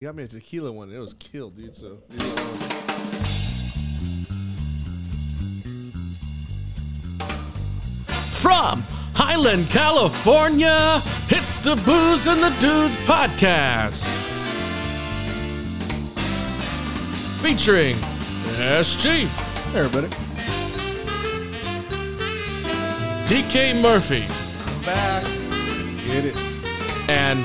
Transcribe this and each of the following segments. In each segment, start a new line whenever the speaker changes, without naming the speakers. He got me a tequila one. And it was killed, dude. So
From Highland, California, it's the Booze and the Dudes podcast. Featuring SG,
hey, everybody,
DK Murphy,
back. Get it.
and.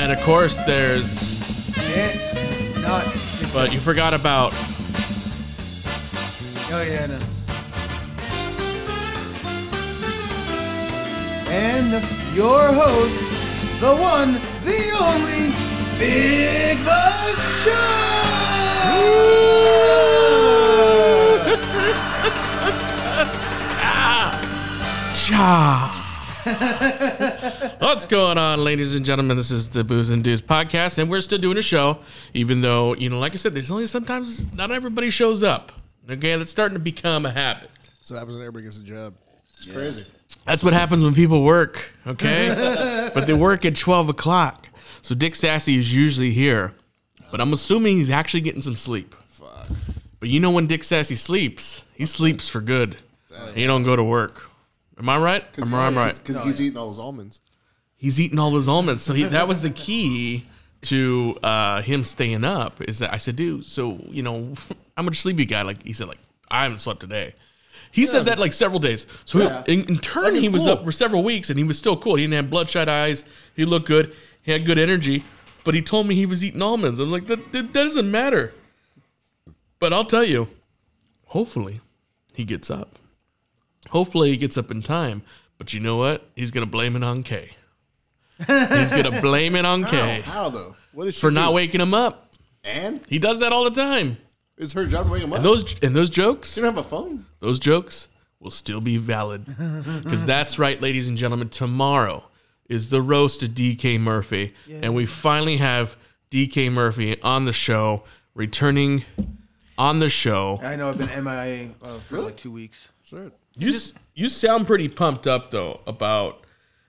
And of course, there's.
Can't not.
But you forgot about.
Oh yeah, no. And your host, the one, the only, Big Bugs Chuck.
Cha! What's going on, ladies and gentlemen? This is the Booze and Dudes podcast, and we're still doing a show, even though, you know, like I said, there's only sometimes not everybody shows up. Okay, that's starting to become a habit.
So what happens when everybody gets a job. It's crazy.
That's what happens when people work, okay? but they work at 12 o'clock. So Dick Sassy is usually here, but I'm assuming he's actually getting some sleep.
Fuck.
But you know, when Dick Sassy sleeps, he sleeps for good. He don't go to work. Am I right? Am I right?
Because he's eating all those almonds.
he's eating all those almonds. So he, that was the key to uh, him staying up. Is that I said, dude, so you know, how much sleep you got? Like he said, like I haven't slept today. He said that like several days. So he-
Yeah.
in, in turn,
Like,
he
it's
was
cool.
up for several weeks, and he was still cool. He didn't have bloodshot eyes. He looked good. He had good energy. But he told me he was eating almonds. I'm like, that, that, that doesn't matter. But I'll tell you, hopefully, he gets up. Hopefully, he gets up in time. But you know what? He's gonna blame it on Kay. He's gonna blame it on
How?
Kay
How though? What is she
for not
do?
waking him up.
And
He does that all the time.
it's her job to wake him up.
Those and those jokes,
you don't have a phone.
those jokes will still be valid because that's right, ladies and gentlemen. Tomorrow is the roast of DK Murphy, and we finally have DK Murphy on the show, returning on the show.
I know I've been MIA uh, for like two weeks.
Shit.
You s you sound pretty pumped up though about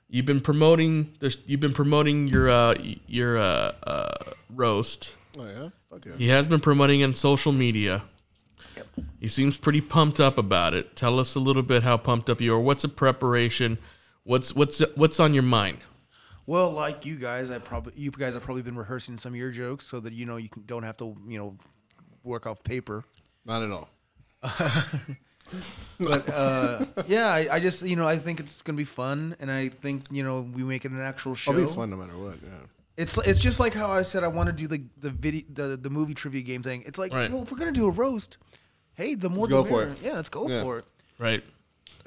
you've been promoting the you've been promoting your uh y- your uh, uh roast.
Oh yeah. Fuck yeah.
He has been promoting on social media. He seems pretty pumped up about it. Tell us a little bit how pumped up you are. What's the preparation? What's what's what's on your mind?
Well, like you guys, I probably you guys have probably been rehearsing some of your jokes so that you know you can, don't have to you know work off paper.
Not at all.
But uh, yeah, I, I just you know I think it's gonna be fun, and I think you know we make it an actual show.
It'll be fun no matter what. Yeah.
It's it's just like how I said I want to do the the video the, the movie trivia game thing. It's like
Right.
well if we're gonna do a roast, hey the more
go
the
for
merrier.
it.
Yeah, let's go
Yeah.
for it.
Right.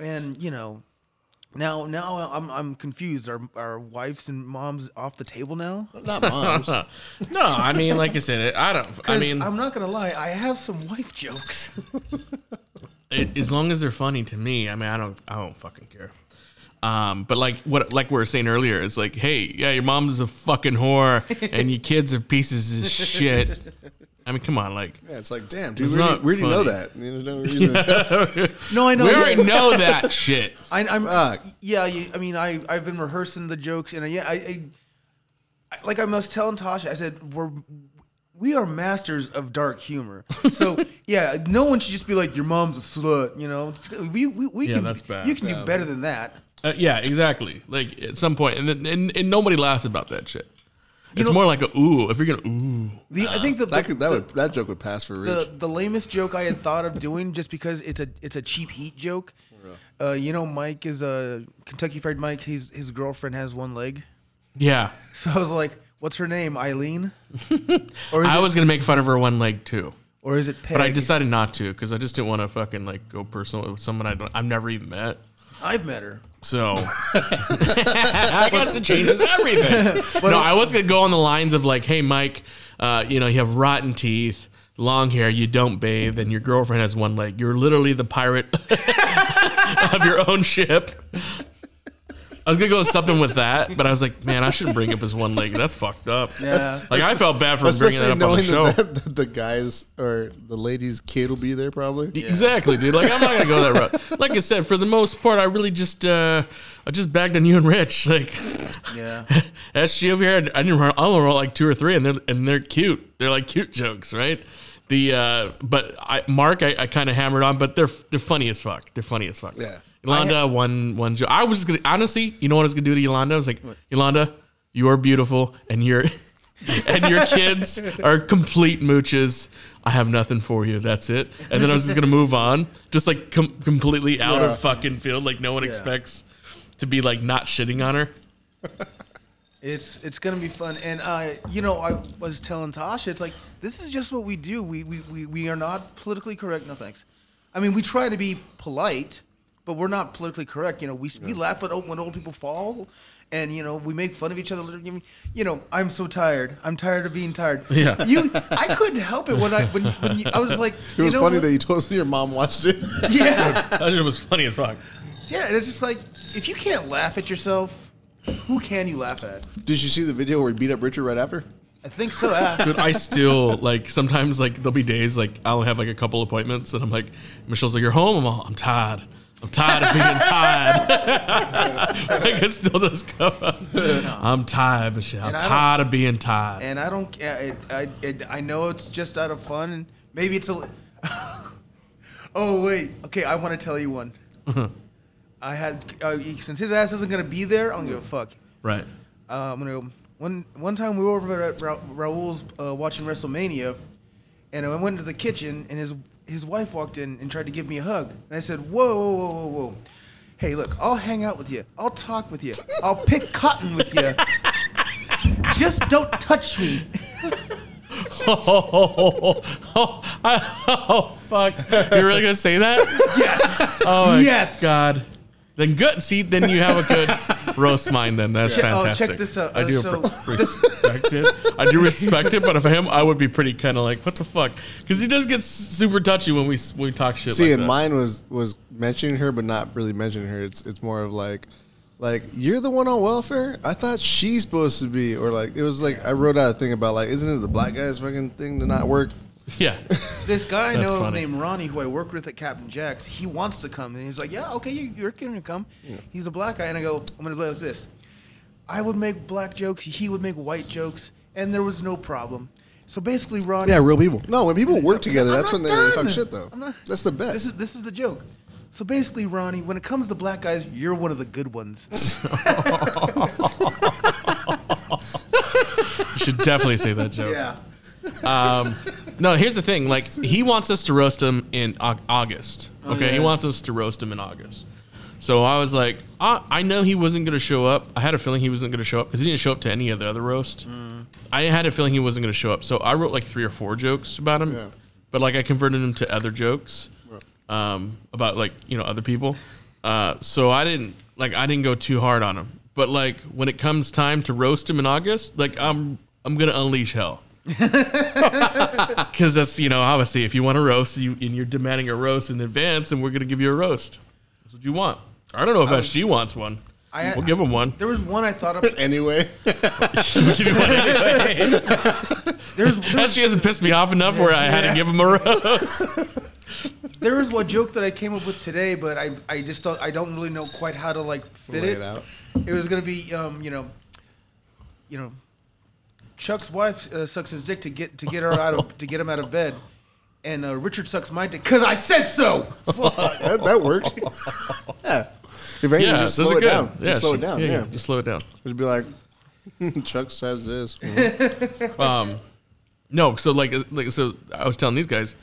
And you know, now now I'm I'm confused. Are our wives and moms off the table now?
Not moms.
Huh. No, I mean, like I said, I don't. I
'Cause
mean,
I'm not gonna lie. I have some wife jokes.
it, as long as they're funny to me, I mean, I don't, I don't fucking care. Um, but like what, like we were saying earlier, it's like, hey, yeah, your mom's a fucking whore, and your kids are pieces of shit. I mean, come on, like
yeah. It's like damn, dude.
It's
We already,
not
we already know
funny.
that. You know, no reason to tell.
no, I know.
we
yeah.
already know that shit.
I, I'm.
Fuck.
Yeah, you, I mean, I I've been rehearsing the jokes, and I, yeah, I, I, I- like I was telling Tasha, I said we're we are masters of dark humor. So yeah, no one should just be like your mom's a slut. You know, It's- we we, we
Yeah,
can
that's bad.
you can do better than that.
Uh, yeah, exactly. Like at some point, and then and, and nobody laughs about that shit. it's
know-
more like a ooh. If you're gonna ooh,
The, I think that
That
the,
could that would that joke would pass for rich.
the, the lamest joke I had thought of doing just because it's a it's a cheap heat joke. Uh, you know, Mike is a Kentucky Fried Mike. His his girlfriend has one leg,
yeah.
so I was like, "What's her name? Eileen?" or is
I
it,
was gonna make fun of her one leg too,
or is it Peg?
but I decided not to because I just didn't want to fucking like go personal with someone I don't, I've never even met.
I've met her.
So I guess it changes everything. no, I was gonna go on the lines of like, hey Mike, uh, you know, you have rotten teeth, long hair, you don't bathe, and your girlfriend has one leg. You're literally the pirate of your own ship. I was gonna go with something with that, but I was like, man, I shouldn't bring up his one leg. That's fucked up.
Yeah.
Like I felt bad for bringing
Especially
that up on the
knowing
show.
that, that the guys or the ladies' kid will be there probably.
Exactly, dude. Like I'm not gonna go that route. Like I said, for the most part, I really just uh I just bagged on you and Rich. Like
Yeah.
SG over here, I didn't run. I only wrote like two or three, and they're and they're cute. They're like cute jokes, right? The uh but I Mark, I, I kind of hammered on, but they're they're funny as fuck. They're funny as fuck.
Yeah.
Yolanda, one one joke. I was gonna honestly, you know what I was gonna do to Yolanda? I was like, Yolanda, you are beautiful, and you're. and your kids are complete mooches. I have nothing for you. That's it. And then I was just gonna move on, just like com- completely out
Yeah.
of fucking field. Like no one expects to be like not shitting on her.
It's it's gonna be fun, and uh, you know, I was telling Tasha, it's like this is just what we do. We we, we we are not politically correct. No thanks. I mean, we try to be polite, but we're not politically correct. You know, we we laugh when old, when old people fall, and you know, we make fun of each other. You know, I'm so tired. I'm tired of being tired.
Yeah.
You, I couldn't help it when I when, when you, I was like,
It was
you know,
funny
what?
that you told me your mom watched it.
yeah.
That shit was funny as fuck.
Yeah, and it's just like if you can't laugh at yourself, who can you laugh at?
Did you see the video where he beat up Richard right after?
I think so. ah.
Dude, I still like sometimes like there'll be days like I'll have like a couple appointments and I'm like Michelle's like you're home. I'm all, I'm tired. I'm tired of being tired. like it still does come up. I'm tired, Michelle. I'm
And I don't-
tired of being tired.
and I don't. I, I I I know it's just out of fun, and maybe it's a. oh wait, okay. I want to tell you one. I had uh, since his ass isn't gonna be there. I don't give a fuck.
right.
Uh, I'm gonna go. One one time we were over at Ra- Raul's uh, watching WrestleMania, and I went into the kitchen, and his his wife walked in and tried to give me a hug, and I said, "Whoa, whoa, whoa, whoa, whoa! Hey, look, I'll hang out with you. I'll talk with you. I'll pick cotton with you. Just don't touch me."
Oh, oh, fuck! You're really gonna say that?
Yes.
Oh my
Yes.
God. Then good. See, then you have a good roast mind. Then that's
Yeah. Oh, check
fantastic.
this out.
I
Uh,
do
so-
appre- respect it. I do respect it, but if him, I would be pretty kind of like, what the fuck? Because he does get s- super touchy when we s- when we talk shit.
See,
like
and
that.
mine was was mentioning her, but not really mentioning her. It's it's more of like, like you're the one on welfare. I thought she's supposed to be, or like it was like I wrote out a thing about like, isn't it the black guy's fucking thing to not work?
yeah.
This guy I
That's
know
funny.
named Ronnie, who I worked with at Captain Jack's, he wants to come, and he's like, "Yeah, okay, you, you're gonna come." He's a black guy, and I go, "I'm gonna play like this." I would make black jokes, he would make white jokes, and there was no problem. So basically, Ronnie,
Yeah, real people. No, when people work together,
I'm
that's
not
when they really
done.
talk shit though.
I'm not-
That's the best.
this is this is the joke. So basically, Ronnie, when it comes to black guys, you're one of the good ones.
You should definitely say that joke.
yeah,
No, here's the thing. Like he wants us to roast him in Au- August. Okay, he
yeah.
wants us to roast him in August. So I was like, I, I know he wasn't going to show up. I had a feeling he wasn't going to show up because he didn't show up to any of the other roast. I had a feeling he wasn't going to show up. So I wrote like three or four jokes about him,
Yeah.
but like I converted them to other jokes um, about like you know other people. Uh, so I didn't like I didn't go too hard on him. But like when it comes time to roast him in August, like I'm I'm gonna unleash hell. Because that's you know obviously if you want a roast you and you're demanding a roast in advance and we're gonna give you a roast. That's what you want. I don't know if SG wants one.
I-
we'll give him one.
there was one I thought of.
anyway,
We'll give you one anyway.
There's there was,
SG hasn't pissed me off enough where I had to give him a roast.
there was one joke that I came up with today, but I I just thought I don't really know quite how to like fit
Lay
it.
it out.
It was gonna be um you know, you know, Chuck's wife uh, sucks his dick to get to get her out of to get him out of bed, and uh, Richard sucks my dick because I said so. Fuck.
that, that works. yeah. If anything,
Yeah,
just
those
slow
are
it
good.
down.
Yeah,
just slow
she-
it down. Yeah,
just slow it down.
just be like, Chuck says this.
No, so like, uh, like, so I was telling these guys,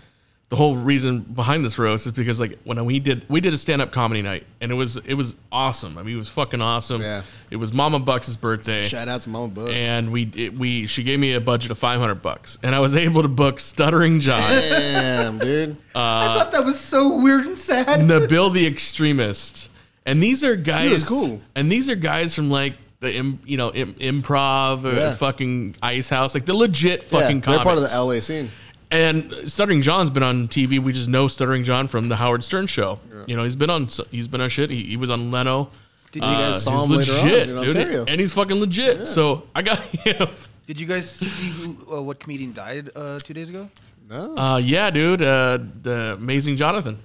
the whole reason behind this roast is because like when we did we did a stand up comedy night and it was it was awesome. I mean, it was fucking awesome.
Yeah.
It was Mama Bucks' birthday.
Shout out to Mama Bug.
and we it, we she gave me a budget of 500 bucks and I was able to book Stuttering John,
Damn, dude.
I thought that was so weird and sad.
Nabil the Extremist, and these are guys
cool.
and these are guys from like the im, you know im, improv or
Yeah.
fucking Ice House, like the legit
yeah,
fucking
they're part of
comics.
the LA scene.
And Stuttering John's been on TV. We just know Stuttering John from the Howard Stern show. You know, Uh, he's been on he's been on shit. He, he was on Leno.
Did you
you
guys
guys saw him later on in Ontario.
and he's fucking legit. So I got him.
Did you guys see who uh, what comedian died uh, two days ago?
no,
Uh, yeah, dude, uh, the amazing Jonathan.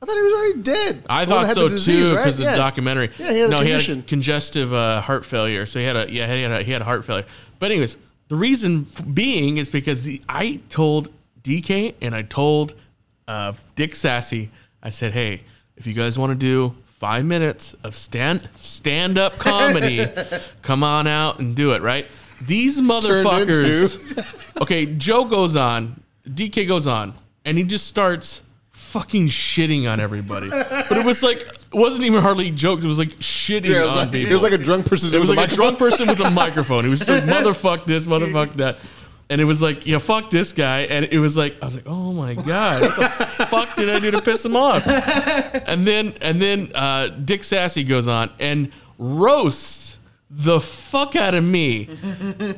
I thought he was already dead.
I
The one
thought
that had
so
the disease,
too
right?
because
Yeah.
the documentary.
Yeah, he had a
no, he
condition.
had a congestive uh, heart failure. So he had a yeah, he had a, he had a heart failure. But anyways, the reason f- being is because the I told DK and I told uh, Dick Sassy. I said, hey, if you guys want to do five minutes of stand stand up comedy, come on out and do it. Right? These motherfuckers. okay, Joe goes on, DK goes on, and he just starts fucking shitting on everybody. but it was like it wasn't even hardly jokes. It was like shitting
Yeah, it,
on
was like,
people.
it was like a drunk person.
It was
with
like a
microphone.
drunk person with a microphone. He was like, motherfuck this, motherfuck that. And it was like, yeah, fuck this guy. And it was like, I was like, oh my God, what the fuck did I do to piss him off? And then, and then uh, Dick Sassy goes on and roasts the fuck out of me.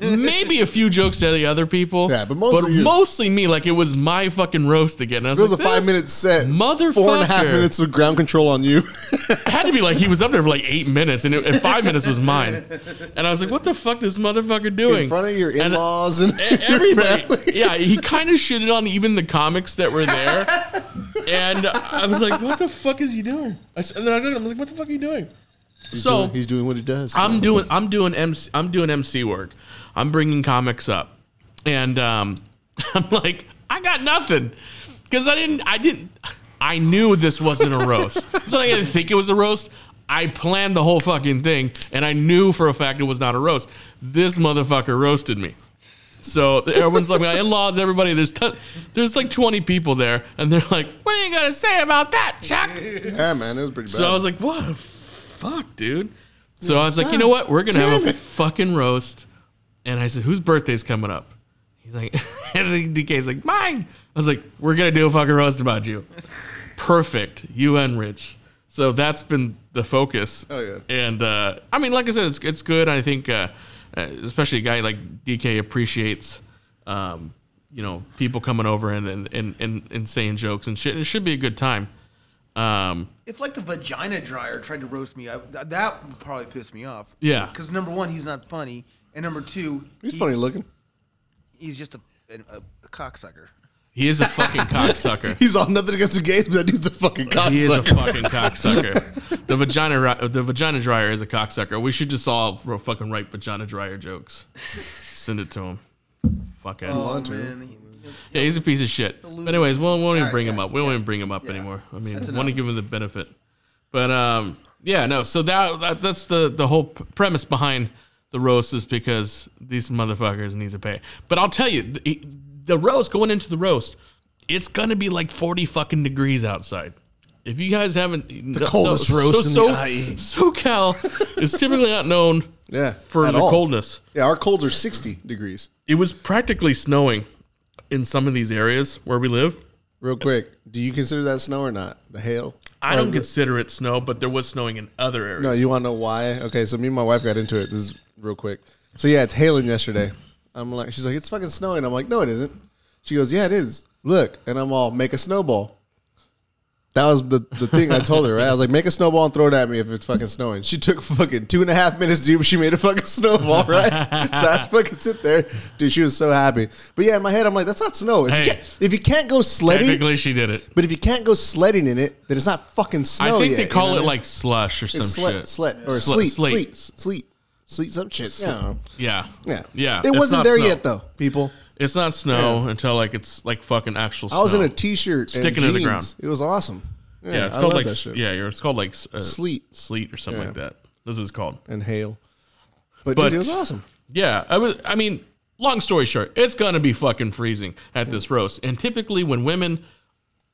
Maybe a few jokes to the other people.
Yeah, but mostly you.
mostly me. Like it was my fucking roast again. And I was
It was a
like,
five
this-
minute set.
motherfucker.
Four and a half minutes of ground control on you.
It had to be like he was up there for like eight minutes, and, it, and five minutes was mine. And I was like, "What the fuck, this motherfucker doing?"
in front of your
And- uh,
in laws and,
and E-, everybody.
family.
Yeah, he kind of shitted on even the comics that were there, and I was like, "What the fuck is he doing?" I s and then I got him. I was like, "What the fuck are you doing?"
He's
so
doing, he's doing what he does.
I'm doing I'm doing MC I'm doing MC work. I'm bringing comics up, and um, I'm like I got nothing because I didn't I didn't I knew this wasn't a roast. so I didn't think it was a roast. I planned the whole fucking thing, and I knew for a fact it was not a roast. This motherfucker roasted me. So everyone's like, my in-laws, everybody. There's ton there's like 20 people there, and they're like, "What are you gonna say about that, Chuck?"
yeah, man, it was pretty bad.
So I was like, what the fuck, dude? So I was like, you know what? We're going to have
Damn
a
it.
fucking roast. And I said, whose birthday's coming up? He's like, and DK's like, mine. I was like, we're going to do a fucking roast about you. Perfect. You and Rich. So that's been the focus.
Oh, yeah.
And uh, I mean, like I said, it's, it's good. I think, uh, uh, especially a guy like DK appreciates, um, you know, people coming over and, and, and, and, and saying jokes and shit. It should be a good time. Um,
If like the vagina dryer tried to roast me, I, th- that would probably piss me off.
Yeah.
Because number one, he's not funny, and number two,
he's
he-
funny looking.
He's just a, an- a, a cocksucker.
He is a fucking cocksucker.
He's all nothing against the gays, but that dude's a fucking cocksucker.
He is a fucking cocksucker. The vagina, ri- the vagina dryer is a cocksucker. We should just all ro- fucking write vagina dryer jokes. Send it to him. Fuck it.
Oh,
to.
man. he- he-
yeah, he's a piece of shit. But anyways, we'll, we won't even bring him up. We won't even bring him up anymore. I mean,
That's
want to
enough.
give him the benefit. But um, yeah, no. So that, that that's the the whole p- premise behind the roast is because these motherfuckers need to pay. But I'll tell you, the, the roast going into the roast, it's gonna be like forty fucking degrees outside. If you guys haven't, the
coldest roast in the IE.
SoCal is typically not known
yeah,
for
at
the
all.
coldness
Yeah, our colds are sixty degrees.
it was practically snowing in some of these areas where we live.
Real quick, do you consider that snow or not? The hail?
I don't consider it snow, but there was snowing in other areas.
No, you want to know why? Okay, so me and my wife got into it. This is real quick. So yeah, it's hailing yesterday. I'm like, she's like, it's fucking snowing. I'm like, no, it isn't. She goes, yeah, it is. Look, and I'm all, make a snowball. That was the, the thing I told her, right? I was like, make a snowball and throw it at me if it's fucking snowing. She took fucking two and a half minutes, dude, but she made a fucking snowball, right? so I had to fucking sit there. Dude, she was so happy. But yeah, in my head, I'm like, that's not snow. If,
Hey.
you, can't, if you can't go sledding,
Technically, she did it.
but if you can't go sledding in it, then it's not fucking
I
snow
think
yet,
they
you
call
know
it
what I mean?
like slush or some
It's slut,
shit.
slut, or
Slut,
sleet,
sleet.
sleet, sleet, sleet, some shit. Yeah,
Yeah.
yeah,
Yeah.
It
It's
wasn't
not
there
snow.
yet, though, people.
It's not snow until like it's like fucking actual snow.
I was in a t-shirt,
Sticking
and
to the
jeans.
ground.
It was awesome. Yeah,
Yeah, it's
I
called
love
like
that
s-
shit.
yeah, you're- it's called like s- uh,
Sleet.
sleet or something
Yeah.
like that. This is called.
and hail. But,
But-
dude, it was awesome.
Yeah, I was. I mean, long story short, it's gonna be fucking freezing at this roast. And typically, when women,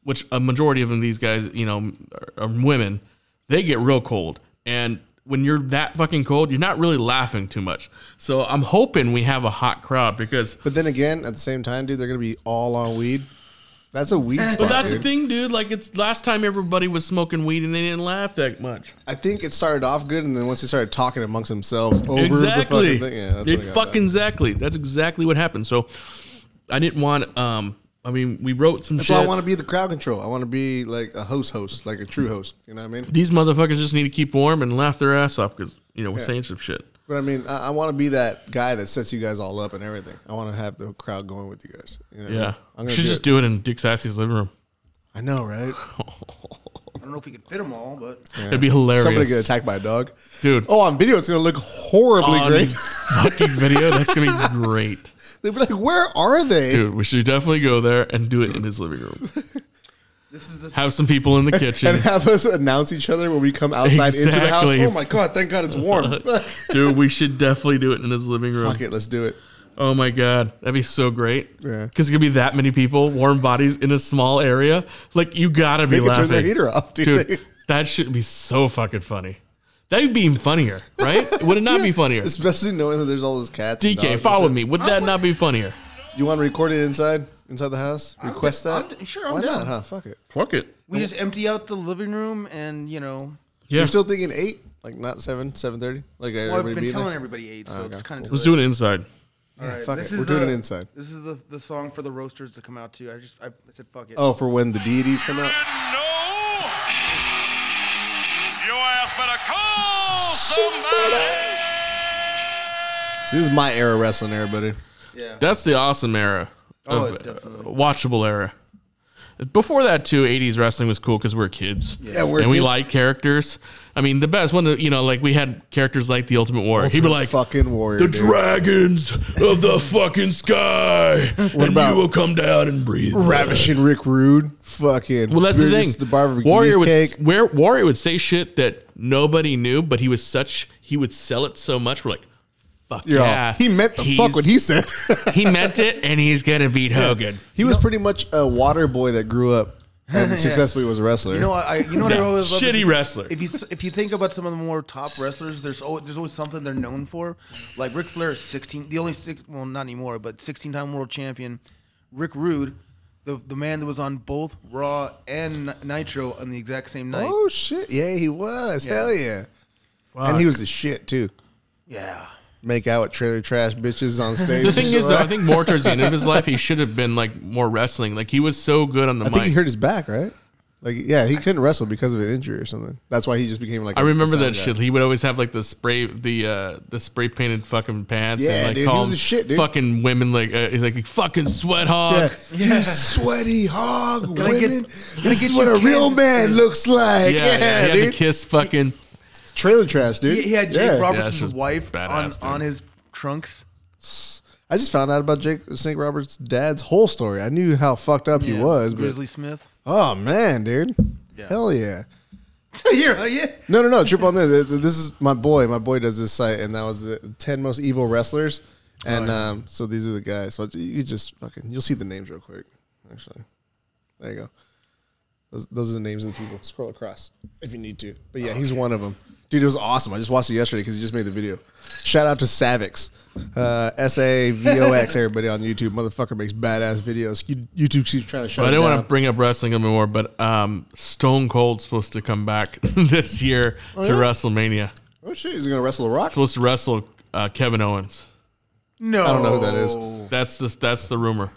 which a majority of them, these guys, you know, are, are women, they get real cold. And when you're that fucking cold, you're not really laughing too much. So I'm hoping we have a hot crowd because.
But then again, at the same time, dude, they're gonna be all on weed. That's a weed spot.
But that's the
dude.
thing, dude. Like it's last time everybody was smoking weed and they didn't laugh that much.
I think it started off good, and then once they started talking amongst themselves over the
exactly.
fucking thing, yeah, that's
It
when it got
fucking exactly. That's exactly what happened. So I didn't want um I mean, we wrote some
So
shit.
I want to be the crowd control. I want to be like a host, host, like a true host. You know what I mean?
These motherfuckers just need to keep warm and laugh their ass off because you know we're
Yeah.
saying some shit.
But I mean, I, I want to be that guy that sets you guys all up and everything. I want to have the crowd going with you guys. You know what I mean?
Yeah,
I'm
we
gonna
should
do
just
it.
do it in Dick Sassy's living room.
I know, right?
I don't know if we could fit them all, but
It'd be hilarious.
Somebody get attacked by a dog,
Dude.
Oh, on video, it's gonna look horribly
on
great.
fucking video. That's gonna be great,
They'd be like, "Where are they?"
dude. We should definitely go there and do it in his living room.
this is the
Have some people in the kitchen,
And have us announce each other when we come outside into the house.
Exactly.
Oh my god! Thank God it's warm.
dude. We should definitely do it in his living room.
Fuck it, let's do it.
Oh my god, that'd be so great.
Yeah.
because it could be that many people, warm bodies in a small area. Like you gotta be
They could
laughing,
turn their heater off, dude.
dude. That should be so fucking funny. That'd be even funnier, right? Would it not be funnier?
Especially knowing that there's all those cats. and dogs
DK,
and
follow
shit.
me. Would that not be funnier?
You want to record it inside, inside the house? Request
I'm
that?
d- sure, I'm
Why
down.
not? Huh? Fuck it.
Fuck it.
we just empty out the living room and you know.
Yeah,
You're still thinking eight, like not seven, seven thirty, like
Well, I've
everybody
been
being
telling
there? Oh,
everybody eight, so it's kind of.
let's do it inside.
All right,
fuck
this
it.
is
We're doing
the-
it inside.
This is the the song for the roasters to come out to. I just I, I said fuck it.
Oh, for when the deities come out.
No! Your ass better call somebody!
This is my era wrestling, everybody.
yeah.
That's the awesome era.
Oh,
of,
it definitely-
uh, watchable era. Before that too, '80s wrestling was cool because we were kids,
Yeah, we're
and we
kids.
liked characters. I mean, the best one, that- you know, like we had characters like the Ultimate Warrior. He'd be like,
fucking warrior.
the
dude.
dragons of the fucking sky. and
about-
you will come down and breathe.
ravishing Rick Rude. Fucking.
Well, that's the
Brutus
thing.
The barber
Warrior would
cake.
where Warrior would say shit that nobody knew, but he was such he would sell it so much. We're like, fuck
Yo,
yeah.
he meant the fuck
He's-
what he said.
he meant it, and he's gonna beat Hogan.
he was pretty much a water boy that grew up and successfully was a wrestler.
You know what? I you know what I
Yeah,
always love is
shitty
if-
wrestler.
If you s- if you think about some of the more top wrestlers, there's always, there's always something they're known for. Like Ric Flair, is sixteen, the only six, well not anymore, but sixteen time world champion. Rick Rude, the the man that was on both Raw and Nitro on the exact same night.
Oh shit! Yeah, he was.
Yeah.
Hell yeah. And he was the shit too.
Yeah.
Make out with trailer trash bitches on stage.
The
and
thing
shit
is, though,
like
I
that.
think more towards the end of his life, he should have been like more wrestling. Like he was so good on the
I
mic.
think he hurt his back, right? Like, yeah, he couldn't wrestle because of an injury or something. That's why he just became like.
I
a- a
remember
sound
that
guy.
shit. He would always have like the spray, the uh, the spray painted fucking pants,
Yeah,
and like
dude, he
call
was
them
the shit, dude.
fucking women like uh, he's like fucking sweat
Yeah.
hog.
You sweaty hog
I
women.
get- can I
this
get
is what
your
a real
kids?
man looks like.
Yeah,
Yeah,
yeah, he had
dude.
to kiss fucking.
Trailer trash, dude.
He, he had Jake
Yeah.
Roberts'
Yeah, she's
wife on,
badass, dude.
on his trunks.
I just found out about Jake St. Robert's dad's whole story. I knew how fucked up he
Yeah,
was, but
Grizzly Smith.
oh man, dude,
Yeah.
hell yeah.
Here, oh, yeah.
No, no, no. Trip on this. This is my boy. My boy does this site, and that was the ten most evil wrestlers. And
Oh,
um, so these are the guys. So you could just fucking you'll see the names real quick. Actually, there you go. Those, those are the names of the people. Scroll across if you need to. But yeah, he's one of them. Dude, it was awesome. I just watched it yesterday because he just made the video. Shout out to Savix, uh, S A V O X. Everybody on YouTube, motherfucker makes badass videos. You- YouTube keeps trying to shut.
I
him
didn't want
down.
to bring up wrestling anymore, but um, Stone Cold's supposed to come back this year to
yeah?
WrestleMania.
Oh shit, he's gonna wrestle a rock.
Supposed to wrestle uh, Kevin Owens.
No.
I don't know who that is.
That's the that's the rumor.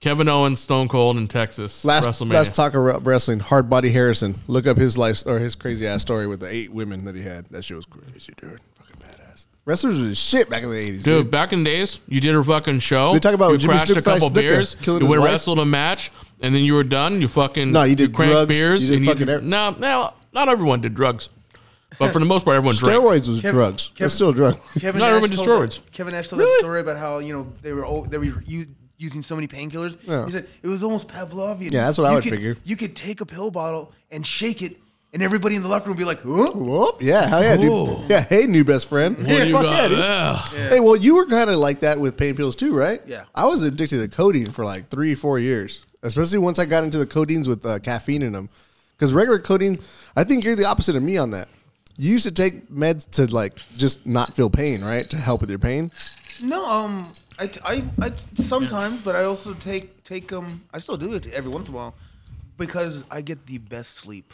Kevin Owens, Stone Cold in Texas,
Last,
WrestleMania.
last talk of wrestling, Hard Body Harrison. Look up his life or his crazy ass story with the eight women that he had. That shit was crazy, dude. Fucking badass. Wrestlers was shit back in the eighties, dude.
Dude, back in the days, you did a fucking show.
They talk about
you
Jimmy
crashed a
Snooker
couple
Snooker
beers, you
killing
would
his wife.
wrestled a match, and then you were done. You fucking
No, you did
cranked
drugs,
beers.
you did
and
fucking
you,
every-
no, no, not everyone did drugs, but for the most part, everyone drank.
Steroids was
Kev-
drugs.
Kev-
It's still a drug.
Kevin
No,
Nash
everyone
told
destroyed.
that- Kevin Nash told
Really?
that story about how you know they were all, they were u- using so many painkillers.
Yeah.
He said it was almost Pavlovian.
Yeah, that's what I
You
would
could-
figure.
You could take a pill bottle and shake it, and everybody in the locker room would be like, "Huh?"
Whoop. Yeah, hell yeah, dude.
Whoa.
Yeah, hey, new best friend.
What
yeah,
do you
fuck
got?
yeah, dude.
Yeah.
Hey, well, you were kind of like that with pain pills too, right?
Yeah.
I was addicted to codeine for like three, four years, especially once I got into the codeines with uh, caffeine in them. Because regular codeine, I think you're the opposite of me on that. You used to take meds to like just not feel pain, right? To help with your pain.
No, um, I, t- I, I t- sometimes, but I also take take um, I still do it every once in a while because I get the best sleep.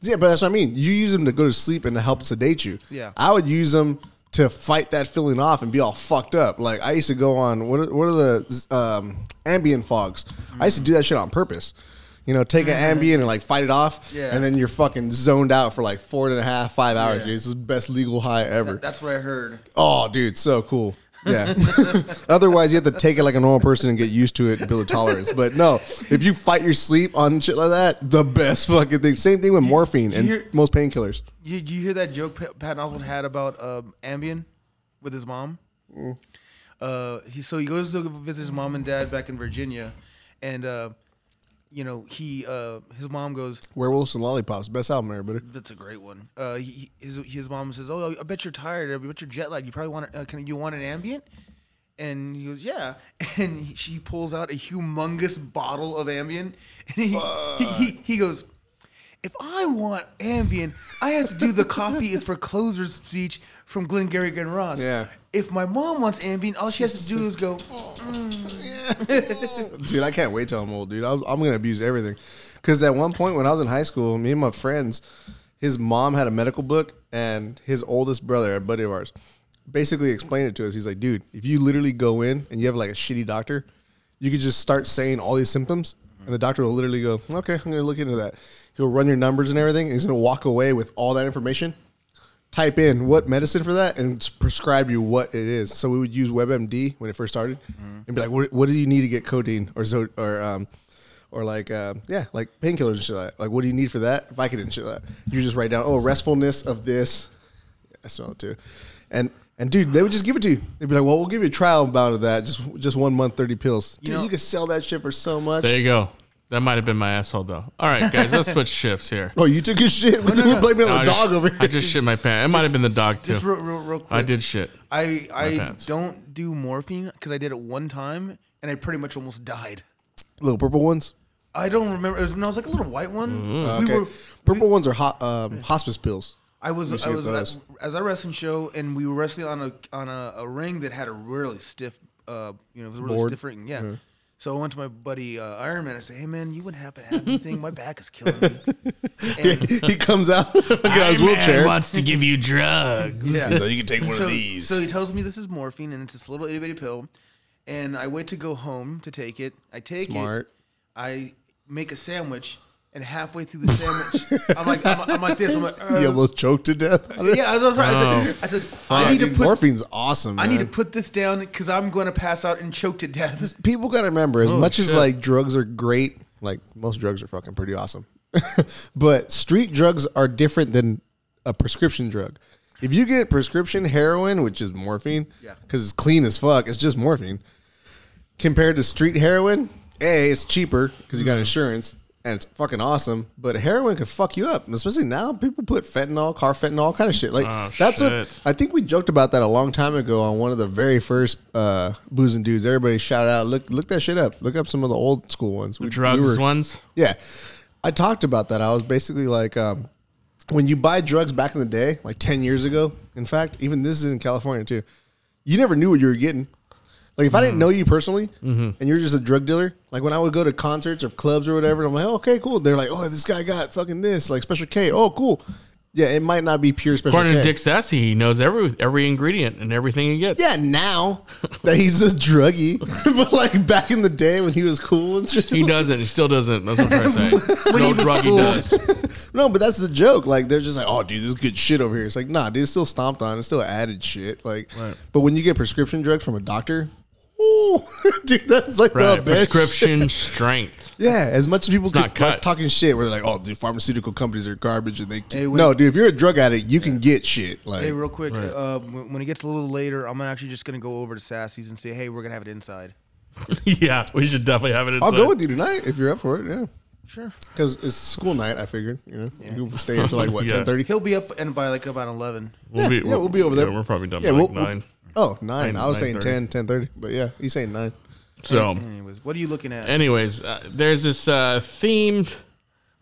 Yeah, but that's what I mean. You use them to go to sleep and to help sedate you.
Yeah.
I would use them to fight that feeling off and be all fucked up. Like I used to go on what are, what are the um, ambient fogs? I used to do that shit on purpose. You know, take an ambient and like fight it off,
Mm-hmm. Yeah.
and then you're fucking zoned out for like four and a half, five hours.
Yeah.
Dude. It's the best legal high ever.
That's what I heard.
Oh, dude, so cool. Yeah. Otherwise, you have to take it like a normal person and get used to it and build a tolerance. But no, if you fight your sleep on shit like that, the best fucking thing. Same thing with morphine and
you're-
most painkillers.
You, you hear that joke Pa- Patton Oswald had about um, Ambien with his mom? Uh, he so he goes to visit his mom and dad back in Virginia, and uh, you know he uh, his mom goes,
Werewolves and lollipops, best album, everybody.
"That's a great one." Uh, he, his his mom says, "Oh, I bet you're tired. I bet you're jet lagged. You probably want a, uh, can you want an Ambien?" And he goes, "Yeah." And he, she pulls out a humongous bottle of Ambien, and he he, he he goes. If I want Ambien, I have to do the coffee is for closers speech from Glengarry Glen Ross.
Yeah.
If my mom wants Ambien, all she has to do is go.
dude, I can't wait till I'm old, dude. I'm, I'm gonna abuse everything. Because at one point when I was in high school, me and my friends, his mom had a medical book, and his oldest brother, a buddy of ours, basically explained it to us. He's like, dude, if you literally go in and you have like a shitty doctor, you could just start saying all these symptoms, and the doctor will literally go, okay, I'm gonna look into that. He'll run your numbers and everything, and he's gonna walk away with all that information type in what medicine for that and prescribe you what it is. So we would use WebMD when it first started
Mm-hmm.
and be like, what, what do you need to get codeine or zo- or um or like um yeah like painkillers and shit like that. like what do you need for that Vicodin and shit like that. You just write down oh restfulness of this. I smell it too, and. And dude, they would just give it to you. They'd be like, "Well, we'll give you a trial bout of that, just just one month, thirty pills. Dude, you,
know-
could sell that shit for so much."
There you go. That might have been my asshole though. All right, guys, let's switch shifts here.
oh, you took his shit. We're blaming it on the dog over here.
I just shit my pants. It might have been the dog too.
Just real, real, real quick.
I did shit.
I I
pants.
don't do morphine because I did it one time and I pretty much almost died.
Little purple ones.
I don't remember. It was when I was like a little white one. We
Uh, Okay,
were,
purple ones are ho- um, hospice pills.
I was,
should
I was
get
at, as I wrestling show, and we were wrestling on a on a, a ring that had a really stiff, uh, you know, it was a really
Board. Uh-huh.
stiff ring. Yeah. So I went to my buddy uh, Iron Man. I said, "Hey man, you wouldn't happen to have anything? My back is killing me." And,
he comes out, get out of his wheelchair.
wants to give you drugs.
yeah.
you can take one
so, so he tells me this is morphine, and it's this little itty bitty pill. And I wait to go home to take it. I take it.
Smart.
I make a sandwich, and halfway through the sandwich, I'm like, I'm, I'm like this. I'm like,
He
"Uh,
almost choked to death. on it.
yeah, I was, I was right. I
Oh,
said, I, said, I need to
Dude,
put,
morphine's awesome.
I need to
man.
put this down because I'm going to pass out and choke to death.
People gotta remember, as much as
Oh, shit.
like drugs are great, like most drugs are fucking pretty awesome, but street drugs are different than a prescription drug. If you get prescription heroin, which is morphine,
Yeah.
because it's clean as fuck, it's just morphine. Compared to street heroin, a it's cheaper because you got
Mm-hmm.
insurance and it's fucking awesome. But heroin could fuck you up, and especially now. People put fentanyl, carfentanil, all kind of shit. Like
Oh,
that's
shit.
what I think we joked about that a long time ago on one of the very first uh, booze and dudes. Everybody shout out, look look that shit up. Look up some of the old school ones. We, we
Drugs
were-
ones.
yeah. I talked about that. I was basically like, um, when you buy drugs back in the day, like 10 years ago, in fact, even this is in California too, you never knew what you were getting. Like, if I
Mm-hmm.
didn't know you personally and you're just a drug dealer, like when I would go to concerts or clubs or whatever, and I'm like, oh, okay, cool. They're like, oh, this guy got fucking this, like special K. Oh, cool. Yeah, it might not be pure special
According
K.
to Dick Sassy, he knows every every ingredient and everything he gets.
yeah, now that he's a druggie, but like back in the day when he was cool and shit.
He doesn't. He still doesn't. That's what I'm trying to say. no drug he does.
No, but that's the joke. Like they're just like, oh, dude, this is good shit over here. It's like, nah, dude, it's still stomped on. It's still added shit. Like, but when you get prescription drugs from a doctor, ooh, dude, that's like the
Right.
best.
Prescription strength.
yeah, as much as people
not
keep
cut.
talking shit, where they're like, oh, dude, pharmaceutical companies are garbage, and they
when-
no, dude, if you're a drug addict, you can get shit. Like,
Hey, real quick, uh, when when it gets a little later, I'm actually just going to go over to Sassy's and say, "Hey, we're going to have it inside."
yeah, we should definitely have it. Inside.
I'll go with you tonight if you're up for it. Yeah,
Sure.
because it's school night. I figured, you know, you can stay until like what
Yeah.
ten thirty.
He'll be up and by like about 11.
We'll
yeah, yeah, we'll be over there.
yeah, we're probably done
Yeah,
by
we'll-
like
we'll-
nine.
Oh, nine.
Nine-
I was saying 10,
9:30.
10.30, but yeah, he's saying nine.
So.
Anyways, what are you looking at?
Anyways, uh, there's this uh, themed.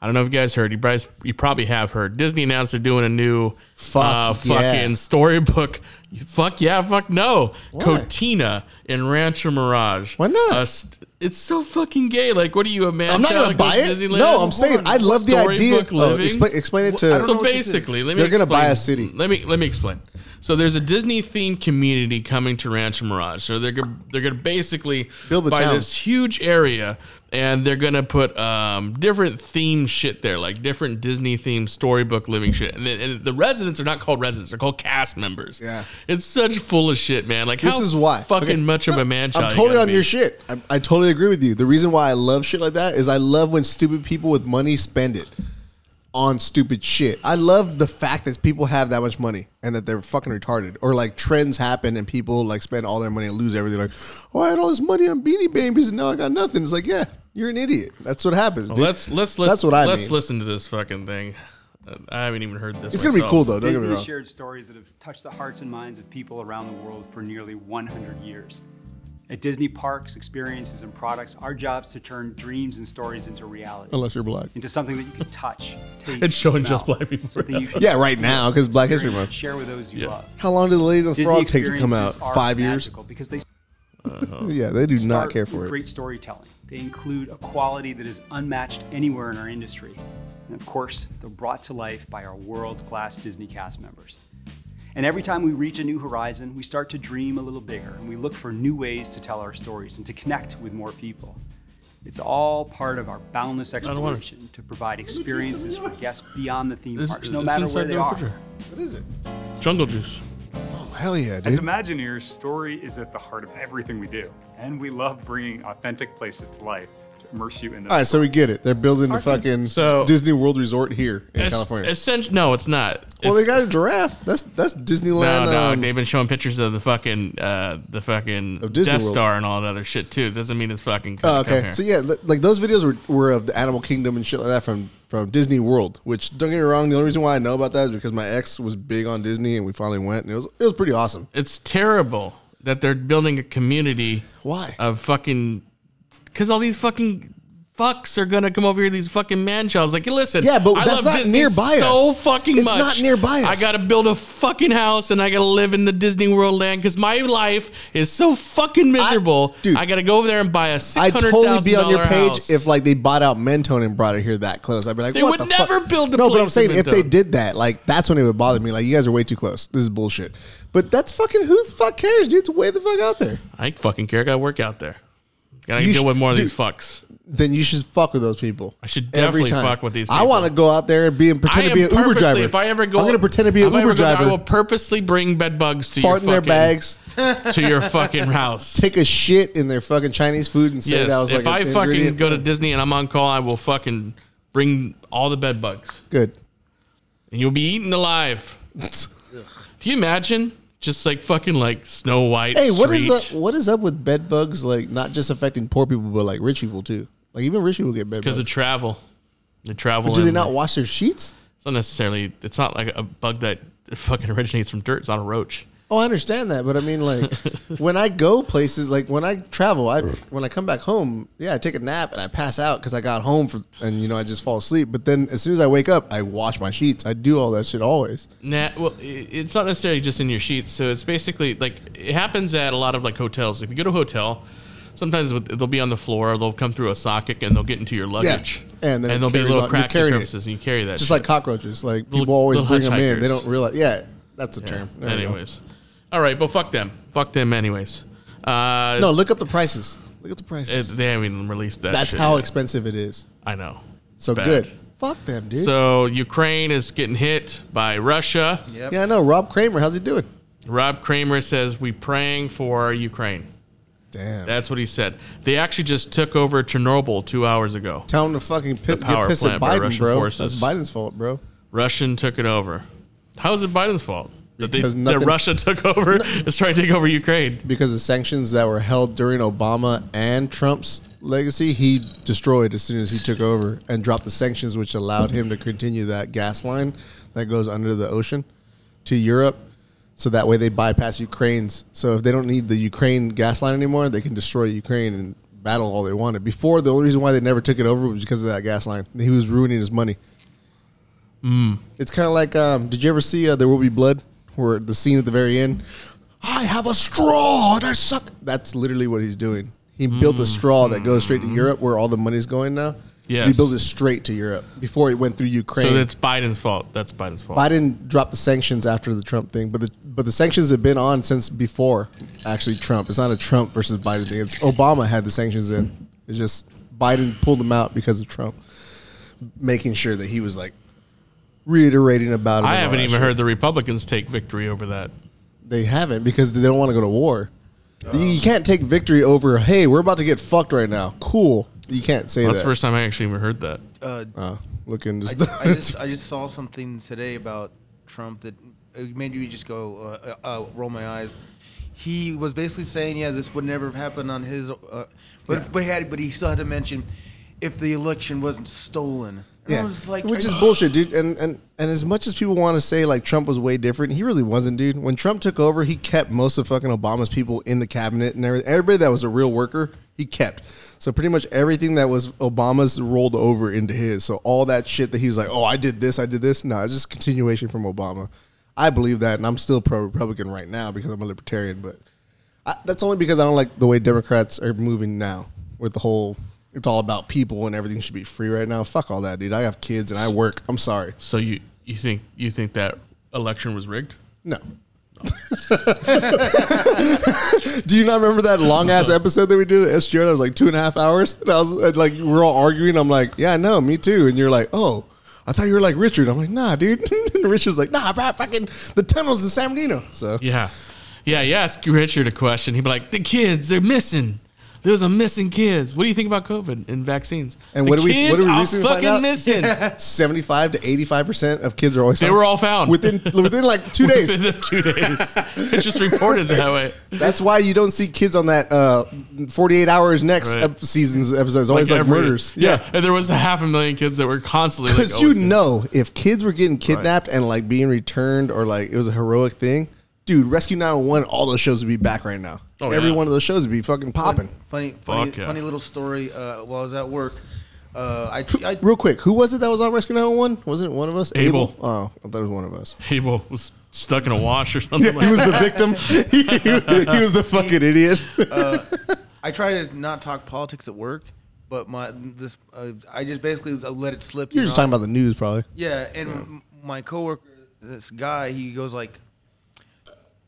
I don't know if you guys heard. You guys, you probably have heard. Disney announced they're doing a new
Fuck
uh,
yeah.
fucking storybook. Fuck yeah, fuck no. Cotina in Rancho Mirage.
Why not?
Uh, st- it's so fucking gay. Like, what are you a man?
I'm not gonna
child that goes
buy
to
it.
Disneyland?
No, I'm
Hold
saying
on.
I love the idea.
Storybook
Oh,
living?
explain, explain it
Wha- I
to.
don't know
So
what this is.
basically, let me
They're gonna buy
explain.
a city.
Let me let me explain. So there's a Disney themed community coming to Rancho Mirage. So they're gonna, they're going to basically
Build a
buy
town.
this huge area and they're going to put um, different themed shit there, like different Disney themed storybook living shit. And, then, and the residents are not called residents; they're called cast members.
Yeah.
it's such full of shit, man. Like
This
how
is why
fucking
Okay.
much of
No,
a man.
I'm
child you
totally
gotta
on
be.
your shit. I, I totally agree with you. The reason why I love shit like that is I love when stupid people with money spend it on stupid shit. I love the fact that people have that much money and that they're fucking retarded or like trends happen and people like spend all their money and lose everything. Like, oh, I had all this money on Beanie Babies and now I got nothing. It's like, yeah, you're an idiot. That's what happens. dude.
Let's let's
So
let's
that's what I
let's
mean.
listen to this fucking thing. Uh, I haven't even heard this.
It's gonna be
myself.
cool though. Don't get me
Disney
wrong.
shared stories that have touched the hearts and minds of people around the world for nearly 100 years. At Disney parks, experiences, and products, our job is to turn dreams and stories into reality,
Unless you're black.
into something that you can touch, taste,
It's showing
smell,
just black people.
something you can
Yeah, right now because Black History
experience and
Month.
share with those you love.
How long did the Lady and the
Disney
Frog take to come out?
experiences are
Five years.
magical Because they
Yeah, they do not
start
care for
with
it.
Great storytelling. They include a quality that is unmatched anywhere in our industry. And of course, they're brought to life by our world class Disney cast members. And every time we reach a new horizon, we start to dream a little bigger and we look for new ways to tell our stories and to connect with more people. It's all part of our boundless
don't wanna-
exploration to provide experiences for guests beyond the theme
It's,
parks, no
it's
matter
inside
where they
the
are.
refrigerator.
What is it?
Jungle juice.
Oh, hell yeah, dude.
As Imagineers, story is at the heart of everything we do, and we love bringing authentic places to life to immerse you in those.
All right, so we get it. They're building the
Arkansas-
fucking
So-
Disney World Resort here in
Es-
California.
essen- no, it's not.
well,
It's-
they got a giraffe. That's that's Disneyland.
No, no,
um,
they've been showing pictures of the fucking, uh, the fucking
Of Disney
Death
World.
Star and all that other shit too. Doesn't mean it's fucking.
oh,
gonna come
okay,
here.
so yeah, li- like those videos were, were of the Animal Kingdom and shit like that from from Disney World. Which don't get me wrong, the only reason why I know about that is because my ex was big on Disney, and we finally went, and it was it was pretty awesome.
it's terrible that they're building a community.
Why?
Of fucking, because all these fucking fucks are gonna come over here. These fucking man childs. Like, listen,
Yeah, but
I
that's
love
not
Disney
nearby
So
us.
fucking
It's
much.
not nearby us.
I gotta build a fucking house and I gotta live in the Disney World land because my life is so fucking miserable. I,
dude,
gotta go over there and buy a six
I'd
hundred
totally be on your page
house.
if like they bought out Mentone and brought it here that close. I'd be like,
They
what
would
the
never
fuck?
build the
No, but I'm
place in
saying if they
Mentone.
did that, like that's when it would bother me. Like you guys are way too close. This is bullshit. But that's fucking who the fuck cares, dude? It's way the fuck out there.
I ain't fucking care. I gotta work out there. Gotta
You
deal
sh-
with more of
dude.
these fucks.
then you should fuck with those people. I
should definitely fuck with these
I
people.
want to go out there and be and pretend
I
to be
am
an Uber
purposely-
driver.
If I ever go,
I'm going to pretend to be
if
an
I
Uber
ever go there,
driver.
I will purposely bring bed bugs to
fart in
your
their
fucking-
bags,
to your fucking house.
take a shit in their fucking Chinese food, and say
Yes,
that was like
if I
an
fucking
ingredient.
go to Disney and I'm on call, I will fucking bring all the bed bugs,
good.
and you'll be eaten alive.
hey,
Do you imagine? Just like fucking like Snow White.
what is
Street.
up? What is up with bed bugs? Like not just affecting poor people, but like rich people too. Like even rich people get bed
Because
bugs.
of travel, the travel.
Do they
and-
not wash their sheets?
It's not necessarily. It's not like a bug that fucking originates from dirt. It's not a roach.
Oh, I understand that, but I mean, like, when I go places, like when I travel, I when I come back home, yeah, I take a nap and I pass out because I got home for, and you know I just fall asleep. But then as soon as I wake up, I wash my sheets. I do all that shit always.
Nah, well, i- it's not necessarily just in your sheets. So it's basically like it happens at a lot of like hotels. If you go to a hotel, sometimes with- they'll be on the floor, they'll come through a socket, and they'll get into your luggage.
And then it
there'll be
carries
little
on- you're
cracks and
carrying it.
crevices, and you carry that.
Just
shit.
like cockroaches, like
Little-
people always
little
bring them in. They
hitchhikers.
don't realize. Yeah, that's the term. There we go.
anyways, all right, but fuck them, fuck them, anyways. Uh,
no, look up the prices. Look at the
it,
prices.
they haven't even released that.
that's
shit
how
yet.
expensive it is.
I know.
So
Bad.
good. Fuck them, dude.
So Ukraine is getting hit by Russia.
Yep.
yeah, I know. Rob Kramer, how's he doing?
Rob Kramer says we praying for Ukraine.
Damn.
That's what he said. They actually just took over Chernobyl two hours ago.
Tell him to fucking pi- get
power
pissed at
plant by
Biden,
Russian
bro.
forces.
That's Biden's fault, bro.
Russian took it over. How is it Biden's fault that, they,
Because
that
nothing-
Russia took over is trying to take over Ukraine?
because of sanctions that were held during Obama and Trump's legacy, he destroyed as soon as he took over and dropped the sanctions, which allowed him to continue that gas line that goes under the ocean to Europe. So that way they bypass Ukraine's. So if they don't need the Ukraine gas line anymore, they can destroy Ukraine and battle all they wanted. Before, the only reason why they never took it over was because of that gas line. He was ruining his money.
Hmm.
It's kind of like, um, did you ever see uh, There Will Be Blood? Where the scene at the very end, I have a straw and I
Hmm.
suck. That's literally what he's doing. He built a straw that goes straight to Europe where all the money's going now. He
Yes.
built it straight to Europe before it went through Ukraine.
So that's Biden's fault. That's Biden's fault.
Biden dropped the sanctions after the Trump thing, but the but the sanctions have been on since before actually Trump. It's not a Trump versus Biden thing. It's Obama had the sanctions in. It's just Biden pulled them out because of Trump, making sure that he was like reiterating about it.
I
and all
haven't
that
even
shit.
heard the Republicans take victory over that.
they haven't because they don't want to go to war.
Oh.
You can't take victory over. Hey, we're about to get fucked right now. Cool. You can't say
That's
that.
the first time I actually even heard that.
Uh,
Oh, look into
I,
stuff.
I just I just saw something today about Trump that it made me just go uh, uh, uh, roll my eyes. He was basically saying, yeah, this would never have happened on his, uh, but but he had but he still had to mention if the election wasn't stolen. And I
Yeah,
was just like,
which
are
is
you-
bullshit, dude. And, and and as much as people want to say like Trump was way different, he really wasn't, dude. When Trump took over, he kept most of fucking Obama's people in the cabinet and everything. Everybody that was a real worker, he kept. So pretty much everything that was Obama's rolled over into his. So all that shit that he was like, oh, I did this, I did this. No, it's just continuation from Obama. I believe that, and I'm still pro Republican right now because I'm a libertarian, but. I, that's only because I don't like the way Democrats are moving now with the whole it's all about people and everything should be free right now. Fuck all that, dude. I have kids and I work. I'm sorry.
So you you think you think that election was rigged?
No. Do you not remember that long ass episode that we did at SGR? That was like two and a half hours. And I was and, like, we're all arguing. I'm like, yeah, no, me too. And you're like, oh, I thought you were like Richard. I'm like, nah, dude. and Richard's like, nah, bro, fucking the tunnels in San Bernardino. So
Yeah, yeah. You ask Richard a question, he'd be like, "The kids, they're missing. There's a missing kids. What do you think about COVID and vaccines?
And
The
what do we- what
kids
do we
are
recently find
fucking
out?
missing?
75 to 85% of kids are always
They were all found
within, within like two days.
Within the two days. It's just reported that way.
That's why you don't see kids on that uh, 48 hours next
Right.
ep- season's episodes. Always like,
every-
murders.
Yeah. and there was a half a million kids that were constantly like,
Because
oh,
you
it's-
know, if kids were getting kidnapped and like being returned or like it was a heroic thing, dude, Rescue 911, all those shows would be back right now.
Oh,
Every
yeah.
one of those shows would be fucking popping.
funny funny,
Fuck yeah.
funny little story. Uh, while I was at work, uh, I, I
Real quick, who was it that was on Rescue 911? Wasn't it one of us?
Abel.
Oh, I thought it was one of us.
Abel was stuck in a wash or something. like
He was the
that.
victim. he, was- he was the fucking idiot.
I try to not talk politics at work, but my this uh, I just basically let it slip.
You're
you
just
know?
talking about the news, probably.
Yeah, and m my coworker, this guy, he goes like,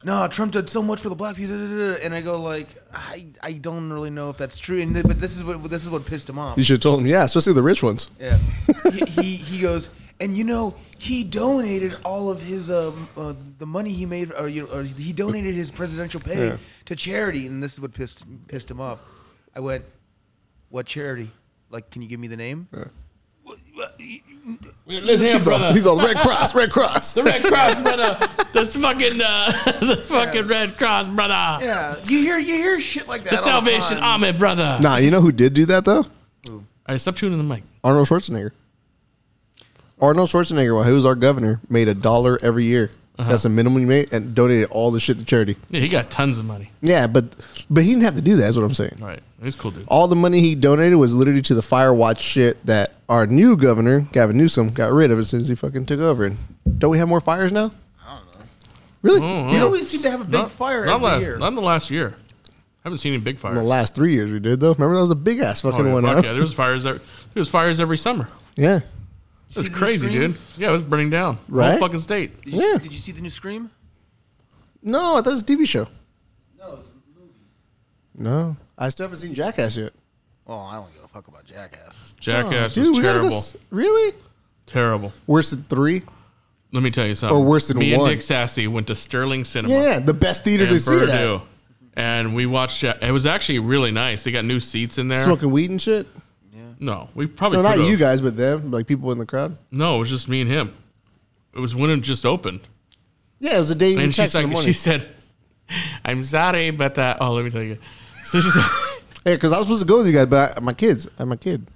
"No, Trump did so much for the black people," da, da, da," and I go like, "I, I don't really know if that's true." And th- but this is what this is what pissed him off.
You should have told him, yeah, especially the rich ones.
Yeah, he, he he goes, and you know he donated all of his um uh, the money he made, or, you know, or he donated his presidential pay
Yeah.
to charity, and this is what pissed pissed him off. I went, "What charity? Like, can you give me the name?"
Listen here,
He's all,
brother.
he's all Red Cross, Red Cross.
The Red Cross, brother. This fucking, uh, the fucking Red Cross, brother.
Yeah, you hear you hear shit like that.
The
all
Salvation
time.
Army, brother.
Nah, you know who did do that though?
All right, stop tuning the mic.
Arnold Schwarzenegger. Arnold Schwarzenegger, while he was our governor, made a dollar every year.
Uh-huh.
That's the minimum he made, and donated all the shit to charity.
Yeah, he got tons of money.
Yeah, but but he didn't have to do that. Is what I'm saying.
All right, he's a cool, dude.
All the money he donated was literally to the fire watch shit that our new governor Gavin Newsom got rid of as soon as he fucking took over. And don't we have more fires now? I don't know. Really?
Mm-hmm.
You always seem to have a big fire
not
every
la-
year.
Not the last year. haven't seen any big fires.
The last three years we did though. Remember that was a big ass fucking
Oh, yeah,
one.
fuck
huh?
yeah, there was fires. Every, there was fires every summer.
yeah.
It was
See the
crazy,
screen?
dude. Yeah, it was burning down.
Right?
Whole fucking state.
Did you,
Yeah.
did you see the new Scream?
No, I thought it was a TV show.
No, it's a movie.
No, I still haven't seen Jackass yet.
Oh, I don't give a fuck about Jackass.
Jackass
Dude,
was
we gotta go.
terrible.
s- Really?
terrible.
Worse than three?
Let me tell you something.
Or worse than
me
one.
and Dick Sassy went to Sterling Cinema.
Yeah, the best theater
and
to see it at.
Purdue. And we watched it. It was actually really nice. They got new seats in there.
Smoking weed and shit.
No, we probably
No, not
could've-
you guys, but them, like people in the crowd.
No, it was just me and him. It was when it just opened,
Yeah, it was a day you
and
text
she's
in the
like,
morning.
she said, "I'm sorry, but uh, oh, let me tell you." So she said,
yeah, because I was supposed to go with you guys, but I, my kids, I had my kid.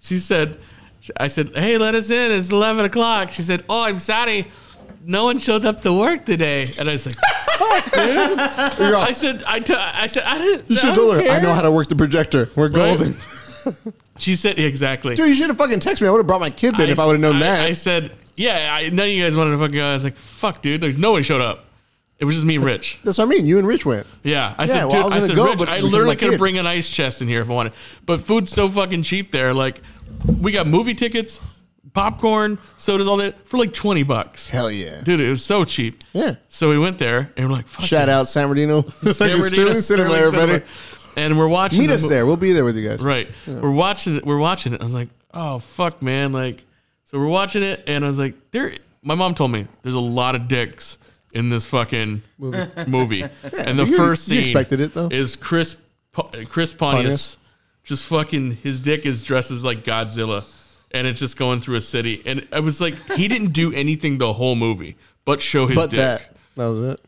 she said, I said, "Hey, let us in. It's eleven o'clock." She said, "Oh, I'm sorry." No one showed up to work today, and I was like, "Fuck, dude!"
You're all-
I said, "I, t- I said, I didn't."
you should
I
have told her,
don't
I know
care."
how to work the projector. We're golden.
She said, "Exactly."
Dude, you should have fucking texted me. I would have brought my kid then if I would have known
I-
that.
I said, yeah, I, none of you guys wanted to fucking go. I was like, fuck, dude. There's no one showed up. It was just me and Rich.
That's what I mean. You and Rich went.
Yeah, I said,
well, I
dude,
was
I,
gonna
said,
go,
Rich,
but
I
because my
literally could
kid-
bring an ice chest in here if I wanted. But food's so fucking cheap there. Like, we got movie tickets, popcorn, sodas, all that for like twenty bucks.
Hell yeah.
Dude, it was so cheap.
Yeah.
So we went there and we're like, fuck
Shout
it.
out San Bernardino.
San Bernardino,
Sterling Cinema,
Sterling
everybody.
Cinema. And we're watching.
Meet
the
us
mo-
there. We'll be there with you guys.
Right. We're watching it. We're watching it. I was like, oh fuck, man. Like, so we're watching it, and I was like, there. My mom told me there's a lot of dicks in this fucking movie. and the
you-
first
you
scene
expected it, though.
is Chris Po- uh, Chris Pontius,
Pontius.
just fucking his dick is dressed as like Godzilla, and it's just going through a city. And I was like, he didn't do anything the whole movie but show his
But
dick.
that that was it.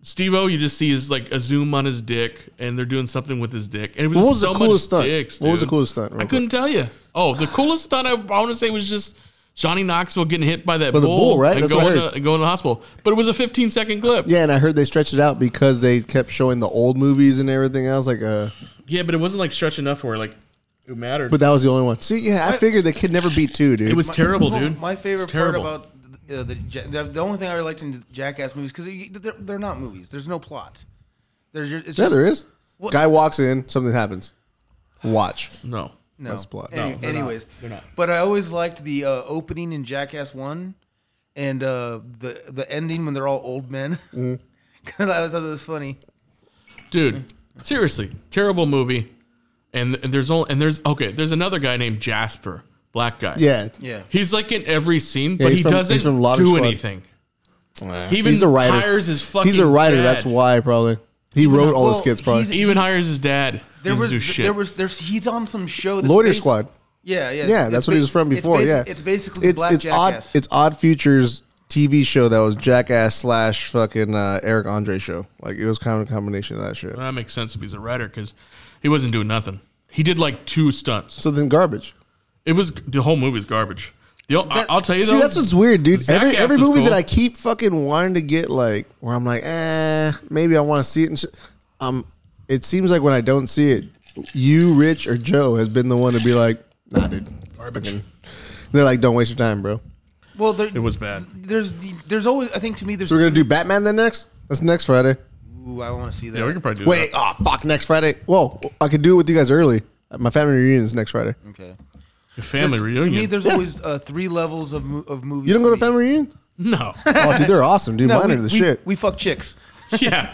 Steve O, you just see his like a zoom on his dick, and they're doing something with his dick. And it was,
What
just
was the
so
coolest
much
stunt?
dicks,
What was the
dude.
coolest stunt, real
I couldn't tell you. Oh, the coolest stunt I, I want to say was just Johnny Knoxville getting hit by that
By the
bull,
bull, right?
And
That's what I
going
heard.
to, and going to the hospital. But it was a 15 second clip.
Yeah, and I heard they stretched it out because they kept showing the old movies and everything else. Like, uh,
Yeah, but it wasn't like stretched enough where like it mattered.
but that was the only one. See, yeah, I figured they could never beat two, dude.
it was terrible,
Well,
dude.
My
It's
favorite part
terrible.
about uh, the, Ja- the the only thing I liked in Jackass movies because they're, they're not movies. There's no plot. They're just, it's
yeah,
just,
there is.
What-
Guy walks in, something happens. Watch.
no.
No.
That's plot.
Any-
No, they're not.
anyways,
They're not.
But I always liked the uh, opening in Jackass One, and uh, the the ending when they're all old men.
Mm-hmm.
'Cause I thought it was funny.
dude. Seriously, terrible movie. And and there's only and there's okay. There's another guy named Jasper, black guy.
Yeah,
Yeah.
He's like in every scene, but
he's
he
from-
doesn't
he's from Lauder
do
Squad.
anything. He even
he's a writer.
hires his fucking.
He's a writer.
dad.
That's why probably he wrote all the
well,
skits. Probably
he's-
Even hires his dad.
There was
do shit.
there was there's he's on some show. That's
Lawyer
based-
Squad.
Yeah, yeah,
Yeah,
It's
that's what he
ba-
was from
it's
before.
basi-
yeah,
it's basically Black
it's
Jackass.
odd. It's Odd Futures TV show that was Jackass slash fucking uh, Eric Andre show. Like it was kind of a combination of that shit.
that makes sense if he's a writer because he wasn't doing nothing. He did like two stunts.
So then garbage.
It was the whole movie's garbage. The, o- I, will tell you though.
See, that's what's weird, dude. every
Jackass
every
was
movie
cool.
that I keep fucking wanting to get, like where I'm like, eh, maybe I want to see it. And sh- um, it seems like when I don't see it, you, Rich, or Joe has been the one to be like, nah, dude, garbage. They're like, don't waste your time, bro.
well, there,
it was bad.
There's the- there's always I think to me there's
So we're gonna do Batman then next. That's next Friday.
Ooh, I want to see that.
Yeah, we could probably do
Wait,
that.
oh fuck, next Friday. Whoa, I could do it with you guys early. My family reunion is next Friday.
okay.
The family reunion.
To me, there's always uh, three levels of mo- of movies.
You don't go to
me.
family reunion?
no.
Oh, dude, they're awesome, dude.
No,
Mine
we,
are the
we,
shit.
We fuck chicks.
Yeah.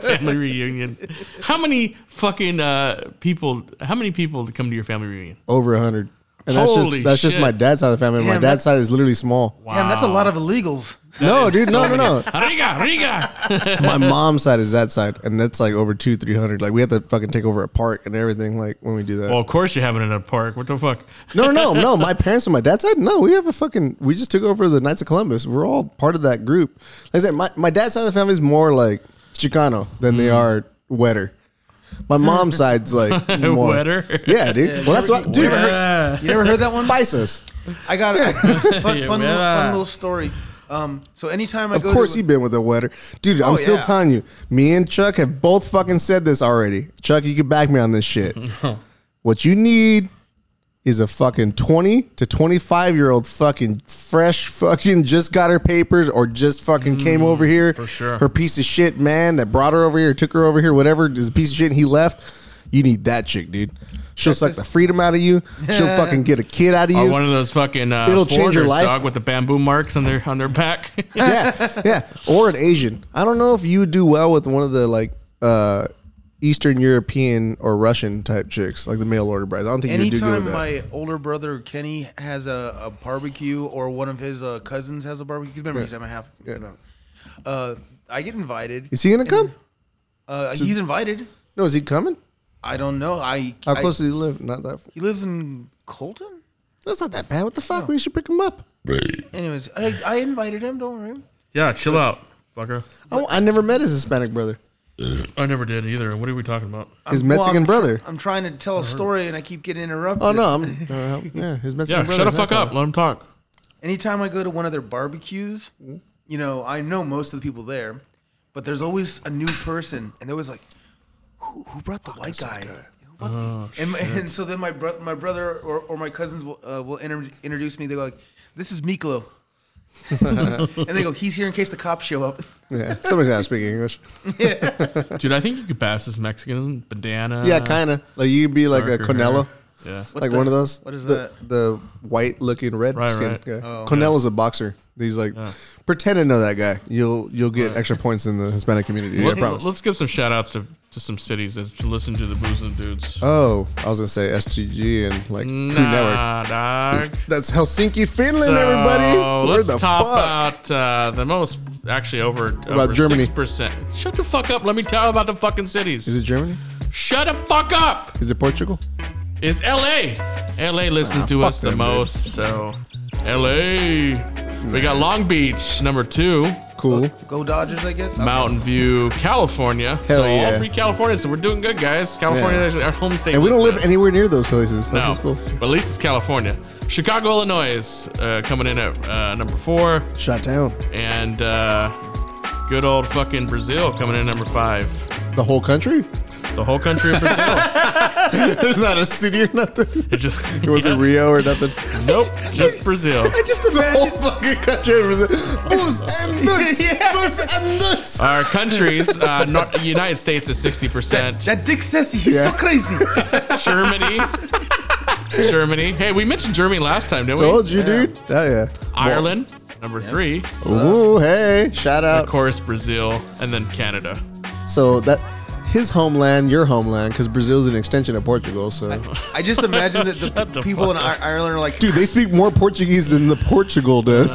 family reunion. How many fucking uh, people? How many people come to your family reunion?
Over hundred. And that's
Holy
just that's just
shit.
my dad's side of the family.
Damn,
my dad's
that's-
side is literally small.
Damn, that's a lot of illegals.
No, dude, no, no, no.
Riga, Riga.
my mom's side is that side, and that's like over two, three hundred. Like we have to fucking take over a park and everything. Like when we do that.
well, of course you're having it at a park. What the fuck?
no, no, no, no. My parents on my dad's side, no, we have a fucking. We just took over the Knights of Columbus. We're all part of that group. Like I said, my, my dad's side of the family is more like Chicano than
Mm.
they are wetter. My mom's side's like more
Wetter?
Yeah, dude. well, that's what, dude.
You never heard that one?
Bices.
I got a fun, fun, little,
Yeah.
fun little story. Um, so anytime I
Of
go,
course,
to,
he been with a wetter, dude. I'm
Oh,
still
yeah.
telling you. Me and Chuck have both fucking said this already. Chuck, you can back me on this shit. what you need is a fucking 20 to 25 year old fucking fresh fucking just got her papers or just fucking came over here. For
sure.
Her piece of shit man that brought her over here, took her over here, whatever, is a piece of shit and he left. You need that chick, dude. She'll suck the freedom out of you. She'll fucking get a kid out of
Or
you.
one of those fucking uh,
It'll change your
foreigners,
life.
dog with the bamboo marks on their on their back.
yeah, yeah. Or an Asian. I don't know if you would do well with one of the like uh Eastern European or Russian type chicks, like the mail order brides. I don't think you do good
anytime
with that.
my older brother Kenny has a, a barbecue or one of his uh, cousins has a barbecue, 'cause remember he's at my half. Uh, I get invited.
is he gonna come?
Uh, he's invited.
No, is he coming?
I don't know. I
How
I-
close does he live? Not that.
he lives in Colton.
That's not that bad. What the fuck? We should pick him up.
Anyways, I, I invited him. Don't worry.
yeah, chill out, fucker.
Oh, I never met his Hispanic brother.
I never did either. What are we talking about?
His
Well,
Mexican
I'm tr-
brother.
I'm trying to tell a story and I keep getting interrupted.
Oh no, I'm uh, yeah. His Mexican
Yeah,
brother.
shut
that's
the fuck
all.
up. Let him talk.
anytime I go to one of their barbecues, you know, I know most of the people there, but there's always a new person, and there was like, who, who brought the white guy? Who brought the- and, and so then my bro- my brother or, or my cousins will uh, will inter- introduce me. They go like, "This is Miklo," and they go, "He's here in case the cops show up."
Yeah, somebody's got to speak English.
Dude, I think you could pass as Mexican, isn't it? Bandana.
yeah, kind of. Like you could be like a
Uh, darker hair.
Cornello,
Yeah.
like
the-
one of those.
what is
the,
that? Oh,
The white-looking red
Right,
skin
right.
guy. Cornello's a boxer. He's like, pretend to know that guy. You'll you'll get extra points in the Hispanic community. I
Let,
promise.
us give some shout outs to, to some cities that listen to the Booze and Dudes.
Oh, I was gonna say STG and like Crew Network.
nah, dog.
That's Helsinki, Finland,
So,
everybody. Where
let's
the
top
fuck?
out uh, the most, actually over
about
over
Germany?
6%. Shut the fuck up. Let me tell you about the fucking cities.
Is it Germany?
Shut the fuck up.
Is it Portugal?
It's L.A. L.A. listens to
fuck
us the
them, dude.
most, so L.A. We got Long Beach, number two,
Cool.
Go Dodgers, I guess.
Mountain View, California.
Hell
so all
yeah.
three California, so we're doing good, guys. California
Yeah.
is actually our home state.
And we don't
listens
live
to us.
anywhere near those places. That's just
No,
cool.
but at least it's California. Chicago, Illinois is uh, coming in at uh, number four,
Shot down.
and uh, good old fucking Brazil coming in at number five.
The whole country?
The whole country of Brazil.
There's not a city or nothing.
It just
It wasn't
yeah.
Rio or nothing.
Nope, just Brazil.
Just the whole fucking country was booze and nuts.
Yeah.
Booze and nuts.
Our countries, uh, Nor- United States is sixty percent.
That Dick Sessi, he's
Yeah.
so crazy.
Germany. Germany. Hey, we mentioned Germany last time, didn't we?
Told you, dude. Oh yeah.
Ireland, number three.
Ooh, hey, shout
Of
out.
course, Brazil, and then Canada.
So that his homeland, your homeland, because Brazil's an extension of Portugal. So,
I just imagine that the,
Shut the
people in
fuck
Ir- Ireland are like.
dude, they speak more Portuguese than the Portugal does.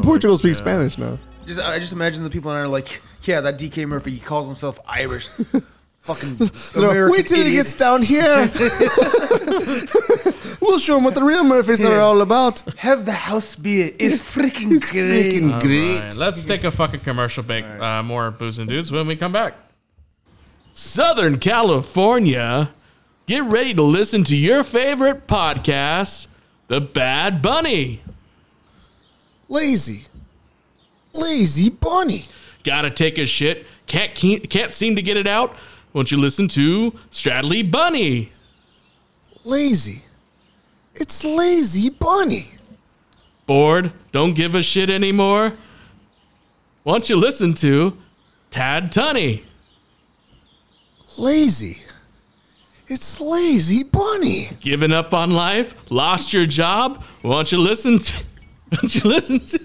Portugal speaks Spanish now.
Just, I just imagine the people in Ireland are like, yeah, that DK Murphy, he calls himself Irish. Fucking
No,
American
wait till
idiot.
he gets down here. we'll show him what the real Murphys are
Yeah.
all about.
Have the house beer. It's freaking
It's
great.
freaking great.
Alright, let's take a fucking commercial break. Uh, more booze and dudes when we come back. Southern California, get ready to listen to your favorite podcast, The Bad Bunny.
Lazy. Lazy bunny.
Gotta take a shit. Can't can't, can't seem to get it out. Won't you listen to Stradley Bunny?
Lazy. It's lazy bunny.
bored, don't give a shit anymore. Why don't you listen to Tad Tunney?
Lazy. It's lazy bunny.
Giving up on life, lost your job. Why don't you listen to? Why don't you listen to?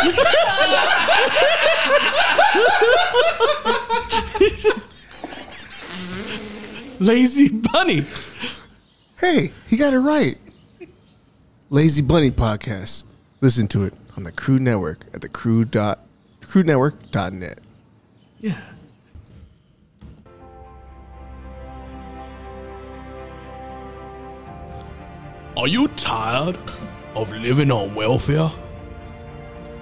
Lazy bunny.
Hey, he got it right. Lazy Bunny podcast. Listen to it on the Crew Network at the crew dot crewnetwork.net.
Yeah. Are you tired of living on welfare?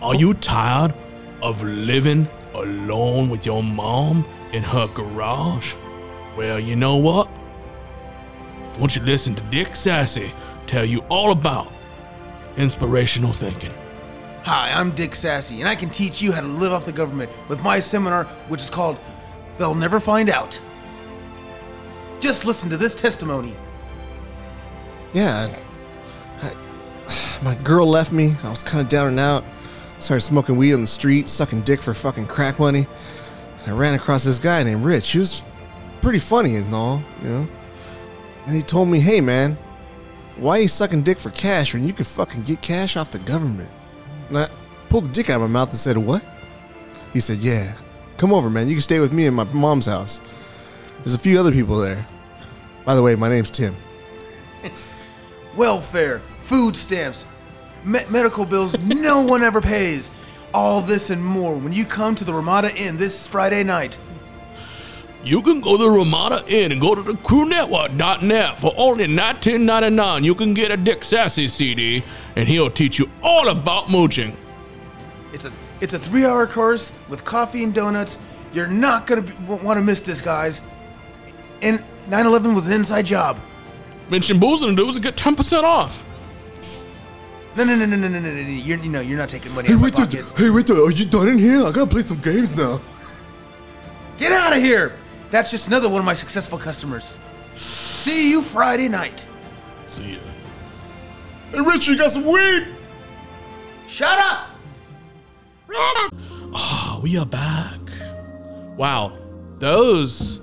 Are you tired of living alone with your mom in her garage? Well, you know what? Won't you listen to Dick Sassy tell you all about inspirational thinking?
Hi, I'm Dick Sassy, and I can teach you how to live off the government with my seminar, which is called They'll Never Find Out. Just listen to this testimony.
Yeah. I- I- my girl left me. I was kind of down and out. Started smoking weed on the street, sucking dick for fucking crack money. And I ran across this guy named Rich. He was pretty funny and all, you know. And he told me, hey man, why you sucking dick for cash when you can fucking get cash off the government? And I pulled the dick out of my mouth and said, what? He said, yeah, come over, man. You can stay with me in my mom's house. There's a few other people there. By the way, my name's Tim.
welfare, food stamps, me- medical bills no one ever pays. All this and more when you come to the Ramada Inn this Friday night.
You can go to the Ramada Inn and go to the crewnetwork.net for only $19.99. You can get a Dick Sassy CD, and he'll teach you all about mooching.
It's a it's a three-hour course with coffee and donuts. You're not gonna be, want to miss this, guys. And 9/11 was an inside job.
Mention Booze and Dudes and get 10% off.
No, no, no, no, no, no, no, no. no. You're, you know, you're not taking money
Hey,
out of my
wait,
pocket.
there, hey, wait, there, are you done in here? I gotta play some games now.
Get out of here! That's just another one of my successful customers. See you Friday night.
See ya.
Hey, Richie, you got some weed?
Shut up!
Oh, we are back. Wow. Those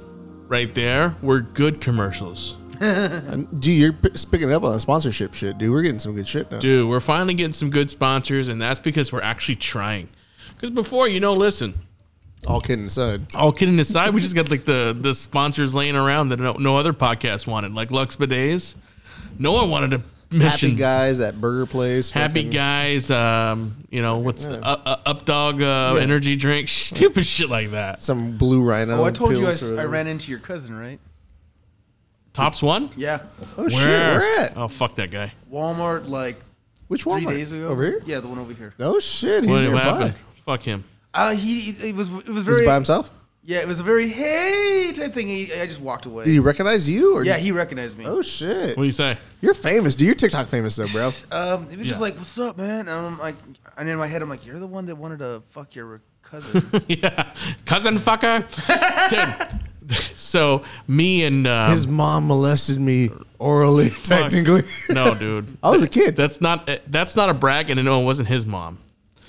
right there were good commercials.
Dude, you're p- picking up on the sponsorship shit, dude. We're getting some good shit now.
Dude, we're finally getting some good sponsors, and that's because we're actually trying. Because before, you know, listen,
All kidding aside.
all kidding aside, we just got like the, the sponsors laying around that no, no other podcast wanted, like Lux Bidets. No one wanted to mention
Happy guys at Burger Place.
Happy
fucking-
guys, um, you know what's the uh, uh, up dog uh, energy drink, stupid shit like that.
Some blue rhino.
Oh, I told you I,
pills
s-
or
I
whatever.
ran into your cousin, right?
Tops one.
Yeah.
Oh, shit. Where at?
Oh fuck that guy.
Walmart like
Which
three
Walmart?
days ago.
Over here?
Yeah, the one over here.
Oh, shit. He's
What, what
nearby.
happened? Fuck him.
Uh, he, he it was it was
Was
very
he by himself?
yeah it was a very hey type thing. He, I just walked away.
Did he recognize you? Or
yeah, he recognized me.
Oh, shit.
What do you say?
You're famous, dude. You're TikTok famous, though, bro.
Um, he was just
Yeah.
like, "What's up, man?" And I'm like, and in my head, I'm like, "You're the one that wanted to fuck your cousin."
yeah, cousin fucker. Dude. So me and um,
His mom molested me orally, technically.
no dude.
I was a kid.
That's not eh, that's not a brag, and no, it wasn't his mom.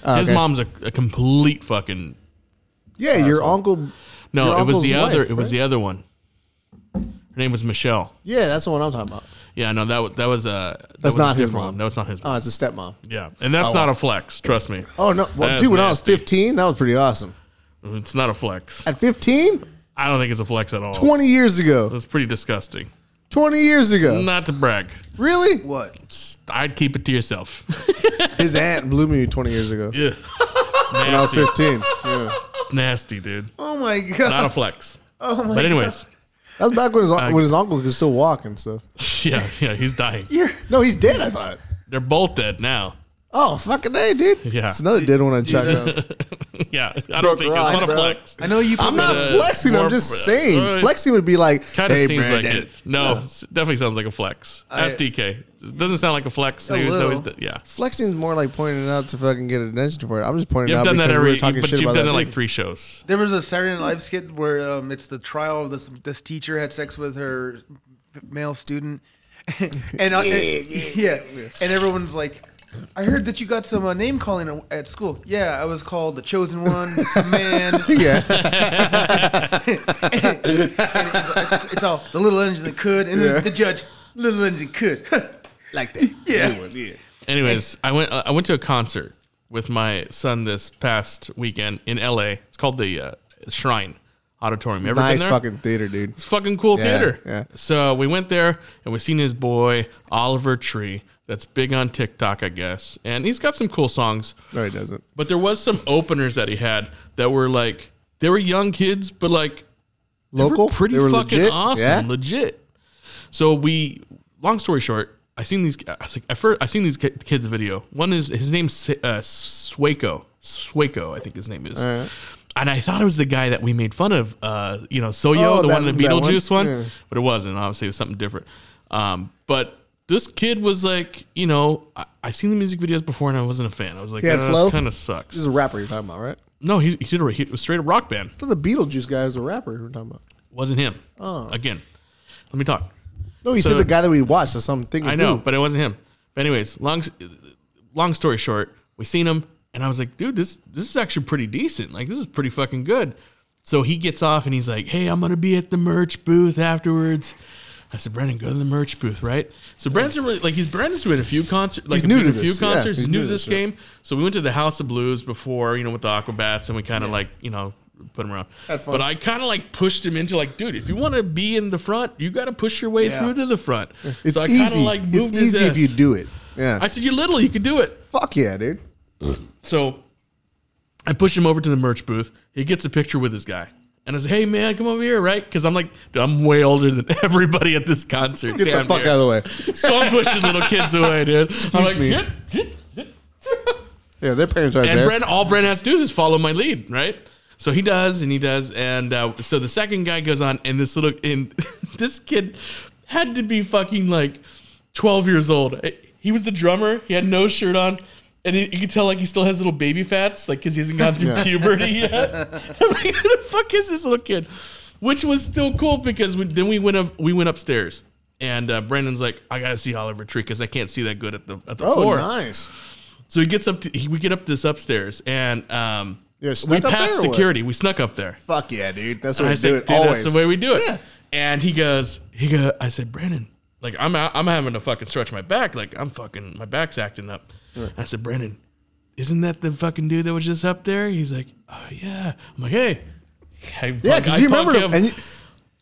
Oh,
His
okay.
mom's a, a complete fucking
Yeah, your uncle. Your
no. it was
uncle's
the other.
wife,
It was
right?
the other one. Her name was Michelle.
Yeah, that's the one I'm talking about.
Yeah, no, that wa- that was uh, that
That's
was a
not his
different one.
mom.
No, it's not his.
Oh, it's a stepmom.
Yeah, and that's not a flex. Trust me,
Oh no, well,
That's
dude, when I was
nasty.
15, that was pretty awesome.
it's not a flex.
At 15,
I don't think it's a flex at all.
20 years ago,
That's pretty disgusting.
20 years ago,
Not to brag,
really?
what?
I'd keep it to yourself.
His aunt blew me 20 years ago
yeah, it's
when I was
nasty,
15. Yeah.
nasty, dude.
Oh my
Not
god!
a flex.
oh my
But anyways,
That was back when his when his uncle could still walk and stuff.
yeah, yeah, he's dying.
You're-
No, he's dead. I thought.
They're both dead now.
Oh fucking hey, dude.
Yeah.
it's another dead one I checked out.
yeah, I
Broke
don't think
rock,
it's not a
bro.
flex.
I know you.
I'm not
Uh,
flexing. I'm
more-
just saying.
uh,
flexing would be like,
Kind of
hey,
seems
man,
like
that-
it. No, s- definitely sounds like a flex. Ask DK. It doesn't sound like a flex.
A
He was always
little.
d- yeah.
Flexing is more like pointing it out to fucking get attention for it. I'm just pointing it
You've
out
done
because
that
we
every,
were talking
but
shit
you've
about
done
that
it like
dude.
three shows.
There was a Saturday Night Live skit where um, it's the trial of this this teacher had sex with her male student, and uh, yeah, and everyone's like, "I heard that you got some uh, name calling at- at school." Yeah, I was called the chosen one, the man.
Yeah,
And it's, it's, it's all the little engine that could, and then the judge, little engine could.
like that.
yeah.
Anyways, I went. I went to a concert with my son this past weekend in L.A. It's called the uh, Shrine Auditorium. You Ever been
Nice
there?
fucking theater, dude.
It's fucking cool
Yeah,
theater.
yeah.
So we went there and we seen his boy Oliver Tree. That's big on TikTok, I guess, and he's got some cool songs.
No, he doesn't.
But there was some openers that he had that were like they were young kids, but like
Local,
They were pretty
They were
fucking
legit?
awesome,
Yeah?
legit. So we, long story short, I seen these. I was like, at first, I seen these ki- kids' video. One is his name's Sa- uh, Swaco. Swaco, I think his name is. And I thought it was the guy that we made fun of. Uh, you know,
Oh,
Soyo, the
that-
one in the
that one?
Beetlejuice one,
Yeah.
but it wasn't. Obviously, it was something different. Um, but. This kid was like, you know, I, I seen the music videos before and I wasn't a fan. I was like,
He had
yeah,
flow?
this kind of
This
sucks.
is a rapper you're talking about, right?
No, he, he did a, he was straight a rock band.
I thought the Beetlejuice guy was a rapper we're talking about.
Wasn't him. Again, let me talk.
No, you
So-
said the guy that we watched. That's something.
I know, but it wasn't him. But anyways, long long story short, we seen him, and I was like, dude, this this is actually pretty decent. Like, this is pretty fucking good. So he gets off and he's like, hey, I'm gonna be at the merch booth afterwards. I said, Brandon, go to the merch booth, right? So Brandon's really, like he's Brandon's doing a few concerts, like
He's new
doing
to
a few
this, yeah,
concerts.
he's
he's new
new
to
to
this
this, yeah.
game. So we went to the House of Blues before, you know, with the Aquabats, and we kind of like, you know, put him around.
Had fun.
But I kind of like pushed him into like, dude, if you want to be in the front, you got to push your way
Yeah.
through to the front.
It's
so I kind of
easy.
like moved
it's
his
easy if
ass.
you do it. Yeah.
I said, "You're little. You can do it."
Fuck yeah, dude.
So I push him over to the merch booth. He gets a picture with this guy, and I said, "Hey, man, come over here, right?" Because I'm like, dude, I'm way older than everybody at this concert.
Get the
damn
fuck
near.
out of the way.
So I'm pushing little kids away, dude. I'm like,
me.
"Get- get- get."
Yeah, their parents aren't
and
there.
Brent, all Brent has to do is just follow my lead, right? So he does, and he does, and uh, so the second guy goes on, and this little, and this kid had to be fucking like twelve years old. Eh, He was the drummer. He had no shirt on. And he- you can tell, like, he still has little baby fats, like, because he hasn't gone through
Yeah.
puberty yet. I'm like, who the fuck is this little kid? Which was still cool because we, then we went up, we went upstairs And uh, Brandon's like, I gotta see Oliver Tree because I can't see that good at the at the
Oh,
floor.
nice.
So he gets up. To, he, we get up this upstairs, and um,
Yeah,
we
snuck up
passed
there or what?
security. We snuck up there.
Fuck yeah, dude. That's
And
what
I
we
said,
do it
dude,
always.
that's the way we do it.
Yeah.
And he goes, he go. I said, Brandon, like I'm out, I'm having to fucking stretch my back. Like I'm fucking my back's acting up. I said, Brandon, isn't that the fucking dude that was just up there? He's like, oh yeah. I'm like, hey. I,
Yeah,
like,
because
I
you remember
punk
him. And you,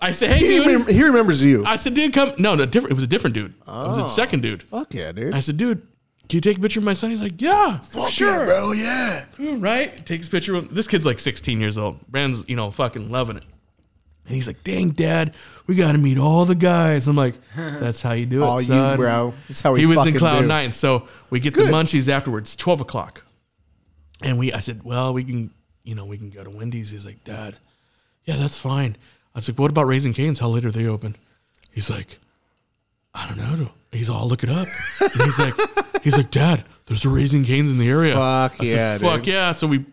I said, hey,
he,
dude.
remem- he remembers you.
I said, dude, come. No, no, different. It was a different dude. It
Oh.
was a second dude.
Fuck yeah, dude.
I said, dude, can you take a picture of my son? He's like, yeah,
Fuck
sure.
yeah, bro. Yeah.
Ooh, Mm, right? Takes a picture of him. This kid's like 16 years old. Brandon's, you know, fucking loving it. And he's like, dang, dad, we got to meet all the guys. I'm like, that's how you do it,
All you,
son.
bro. That's how we
He was in
fucking
cloud
do.
nine. So we get the
Good.
munchies afterwards, 12 o'clock. And we, I said, well, we can, you know, we can go to Wendy's. He's like, dad, yeah, that's fine. I was like, what about Raising Canes? How late are they open? He's like, I don't know. He's all, I'll look it up. And he's like, he's like, Dad, there's a Raising Canes in the area.
Fuck
I said,
yeah,
fuck
dude.
yeah. So we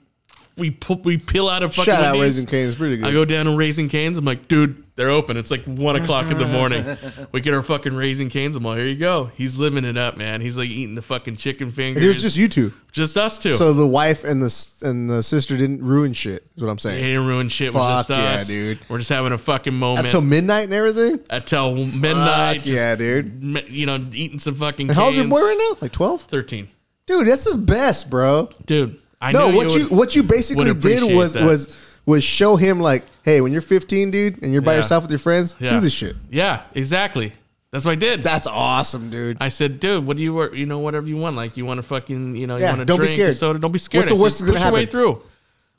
we pull, we peel out of fucking.
Shout out
Wendy's.
Raising Cane's pretty good.
I go down to Raising Canes. I'm like, dude, they're open. It's like one o'clock in the morning. We get our fucking Raising Canes. I'm like, here you go. He's living it up, man. He's like eating the fucking chicken fingers.
and it was just you two.
Just us two.
So the wife and the s- and the sister didn't ruin shit. Is what I'm
it
saying.
didn't ruin shit. We're
Fuck
just
yeah,
us.
dude.
We're just having a fucking moment
Until midnight and everything.
until midnight.
Fuck
just,
yeah, dude.
me- You know, eating some fucking.
And how's your
canes.
boy right now? Like 12?
Thirteen.
Dude, that's his best, bro.
Dude, I
No,
knew
what you
would-
what you basically
would
did
appreciate
was
that.
was was show him like, hey, when you're 15, dude, and you're by
Yeah.
yourself with your friends,
Yeah.
do this shit.
Yeah, exactly. That's what I did.
That's awesome, dude.
I said, dude, what do you work? You know, whatever you want. Like, you want to fucking, you know,
Yeah,
you want to
don't be
drink a
scared.
soda. Don't be
What's
scared.
the
I said,
worst that's gonna
push your way
happen?
through.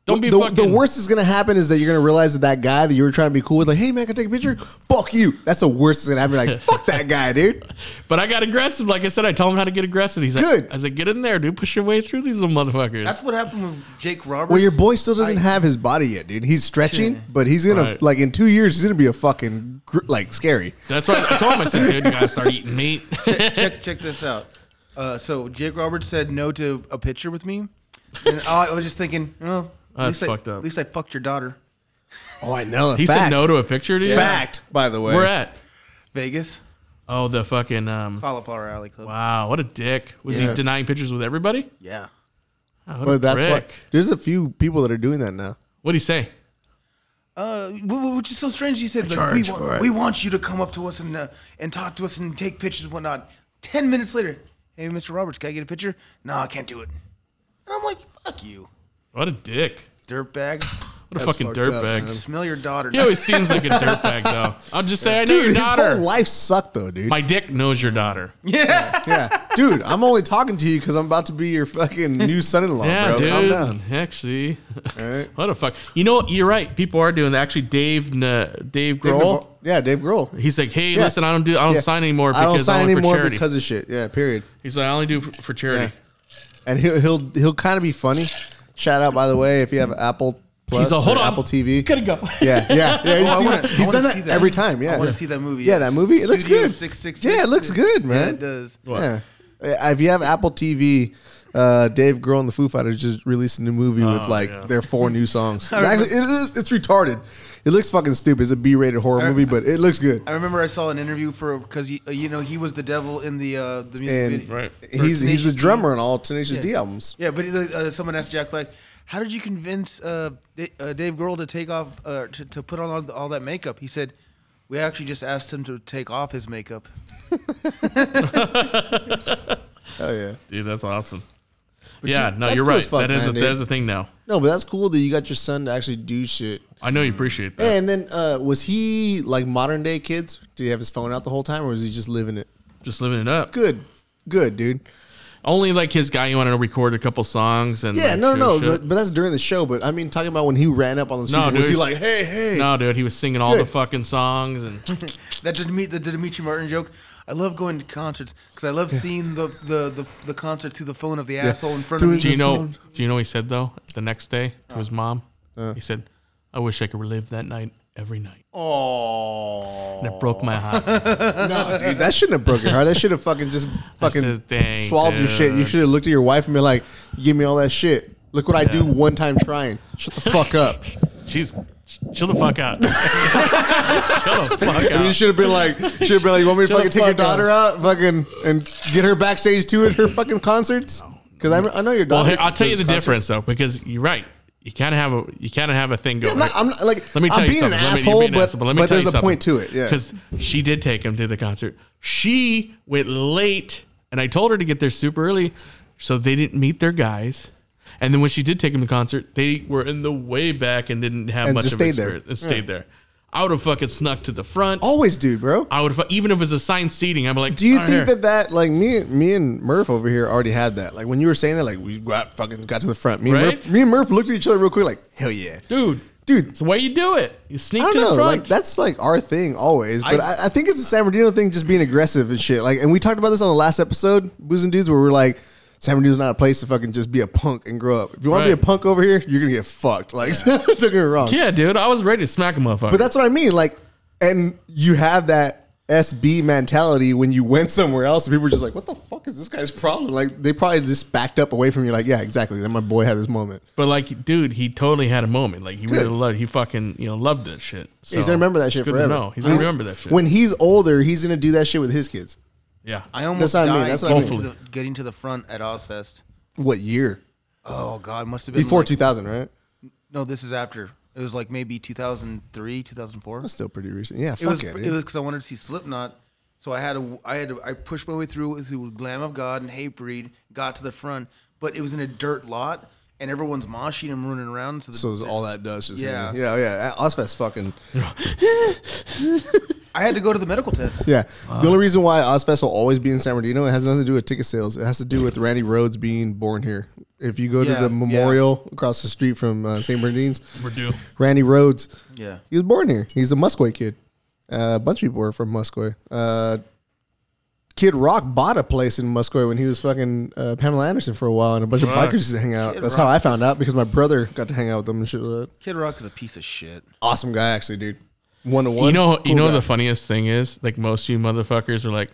Don't be
the,
fucking.
the worst is gonna happen is that you're gonna realize that that guy that you were trying to be cool with, like, hey man, can I take a picture? Fuck you. That's the worst that's gonna happen. Like, fuck that guy, dude.
But I got aggressive. Like I said, I told him how to get aggressive. He's like,
Good.
I said, get in there, dude. Push your way through these little motherfuckers.
That's what happened with Jake Roberts.
Well, your boy still doesn't
I-
have his body yet, dude. He's stretching, but he's gonna
Right.
like in two years he's gonna be a fucking gr- like scary.
That's why I told him. I said, dude, you gotta start eating meat.
check, check check this out. Uh, so Jake Roberts said no to a picture with me, and I was just thinking, well, at
That's
least, I,
fucked up.
at least I fucked your daughter,
Oh, I know.
he
fact.
said no to a picture, dude.
fact. By the way,
We're at.
Vegas,
Oh, the fucking. um
Cauliflower Alley Club.
Wow, what a dick. Was he
Yeah.
denying pictures with everybody?
Yeah,
Oh, what a
But that's why
prick.
there's a few people that are doing that now.
What'd he say?
uh, wh- wh- which is so strange. He said, like, we, want, we want you to come up to us and uh, and talk to us and take pictures and whatnot. Ten minutes later, hey, Mr. Roberts, can I get a picture? No, I can't do it. And I'm like, fuck you,
What a dick.
dirtbag.
What a
That's
fucking
fucked up,
dirtbag.
man.
Smell your daughter.
He always seems like a dirtbag, though. I'll just say I know
Dude,
your
his
daughter.
whole life sucked though, dude.
My dick knows your daughter.
yeah,
yeah, dude, I'm only talking to you because I'm about to be your fucking new son-in-law,
yeah,
bro.
dude.
Calm down.
Actually,
All right.
what a fuck. You know, what? you're right. People are doing that. Actually, Dave, N- Dave
Dave
Grohl.
Navar- yeah, Dave Grohl.
He's like, hey,
Yeah.
listen, I don't do, I don't
Yeah.
sign anymore because
I
I
don't sign
only
anymore
for charity.
because of shit. Yeah, period.
He's like, I only do for, for charity.
And he'll he'll he'll kind of be funny. Shout out, by the way, if you have Apple Plus
He's like, hold
or
on,
Apple TV.
Gotta go.
Yeah, yeah, yeah. He's,
Oh, I
seen
wanna-
that.
I
he's
wanna
done that,
see that.
every time. Yeah,
I want
Yeah.
to see that movie.
Yeah, that movie. It looks
Studio
good.
666.
Yeah, it looks good, man.
Yeah, it does.
Yeah. Uh, If you have Apple TV, uh, Dave Grohl and the Foo Fighters just released a new movie with like
Oh, yeah.
their four new songs. Actually, it is, it's retarded. It looks fucking stupid. It's a B-rated horror movie, but it looks good.
I remember I saw an interview for because you, you know he was the devil in the uh, the music
And
video.
Right.
he's he's the
Tenacious D.
drummer on all Tenacious D
Yeah.
albums.
Yeah, but uh, someone asked Jack Black, "How did you convince uh, D- uh, Dave Grohl to take off uh, to, to put on all, all that makeup?" He said, "We actually just asked him to take off his makeup."
Hell yeah.
Dude, that's awesome. yeah,
dude,
no,
that's
you're
cool
right.
as fuck,
that is
man,
a,
dude.
that is a thing now.
No, but that's cool that you got your son to actually do shit.
I know you appreciate that.
And then uh, was he like modern day kids? Did he have his phone out the whole time, or was he just living it?
Just living it up.
Good, good, dude.
Only like his guy, you want to record a couple songs and
Yeah,
like,
no,
show
no,
shit.
but, but that's during the show. But I mean, talking about when he ran up on the
No,
no,
dude,
was he
he's-
like, hey, hey?
No, dude, he was singing all the
Good.
fucking songs and
That Demi- the Dimitri Martin joke. I love going to concerts because I love seeing the, the, the, the concert through the phone of the asshole in front
Through
of me.
his-
do you know
phone.
do you know what he said though? The next day to his mom?
Uh.
he said, I wish I could relive that night every night.
Oh,
And it broke my heart.
Dude, that shouldn't have broken your heart. That should have fucking just
the
fucking
thing,
swallowed your shit. You
dude.
should have looked at your wife and been like, "You give me all that shit. Look what I do one time trying. Shut the fuck up."
She's Chill the fuck out. Chill the fuck
And you
out.
should have been like, should have been like, you want me to
Shut
fucking
the
take your
fuck up.
daughter out, fucking, and get her backstage too at her fucking concerts? Because I, I know your
Well,
daughter.
here, I'll tell you the
goes to concerts.
difference though, because you're right. You kind of have a you kind of have a thing going.
I'm not, I'm not- like,
Let me tell
I'm
you
being an
something. Let me- you're
asshole,
being an
but,
asshole,
but, there's a point to it. Yeah.
Because she did take him to the concert. She went late, and I told her to get there super early, so they didn't meet their guys. And then when she did take him to concert, they were in the way back and didn't have
And
much
just
of an
stayed there.
experience and stayed there. I would have fucking snuck to the front.
Always do, bro.
I would have, even if it was assigned seating, I'm like,
Do you
"All right,
think
here."
that that like me me and Murph over here already had that? Like when you were saying that, like we got fucking got to the front. Me and Murph,
Right?
me and Murph looked at each other real quick, like hell yeah,
dude?
dude.
It's the way you do it. You sneak
I
to
don't
the
know,
front.
like that's like our thing always, but
I-
I, I think it's the San Bernardino thing, just being aggressive and shit. Like, and we talked about this on the last episode, Booze and Dudes, where we we're like, San Bernardino's not a place to fucking just be a punk and grow up. If you want to be
Right.
a punk over here, you're gonna get fucked. Like, don't get me wrong,
yeah, dude. I was ready to smack a motherfucker.
But that's what I mean. Like, and you have that SB mentality when you went somewhere else, and people were just like, "What the fuck is this guy's problem?" Like, they probably just backed up away from you. Like, yeah, exactly. Then my boy had this moment.
But like, dude, he totally had a moment. Like he really
Good.
loved. He fucking you know loved that shit. So
he's gonna remember that
it's
shit
good to
forever.
know. He's gonna remember that shit.
When he's older, he's gonna do that shit with his kids.
yeah,
I almost
That's what I
died
mean, that's what I mean.
getting, to the, getting to the front at Ozfest.
What year?
Oh God, must have been
Before
like-
2000, right?
No, this is after. It was like maybe 2003, 2004.
That's still pretty recent. Yeah,
it
fuck
was
it.
it
dude.
was because I wanted to see Slipknot, so I had to I had to I pushed my way through through Glam of God and Hate Breed, got to the front, but it was in a dirt lot and everyone's moshing and running around. So, the,
so it was all that dust. Just
Yeah.
hanging. yeah, yeah. Ozfest, fucking.
I had to go to the medical tent.
Yeah. The
Uh.
only reason why Ozfest will always be in San Bernardino, it has nothing to do with ticket sales. It has to do with Randy Rhodes being born here. If you go
Yeah,
to the
yeah.
memorial across the street from uh, St. Bernardine's,
we're due.
Randy Rhodes,
Yeah.
he was born here. He's a Musquay kid. Uh, a bunch of people are from Musquay. Uh, Kid Rock bought a place in Musquay when he was fucking uh, Pamela Anderson for a while, and a bunch of bikers used to hang out. That's how I found out because my brother got to hang out with them and shit. Like that.
Kid Rock is a piece of shit.
Awesome guy, actually, dude. One to one.
You know, you
Cool
know
guy.
the funniest thing is, like most of you motherfuckers are like,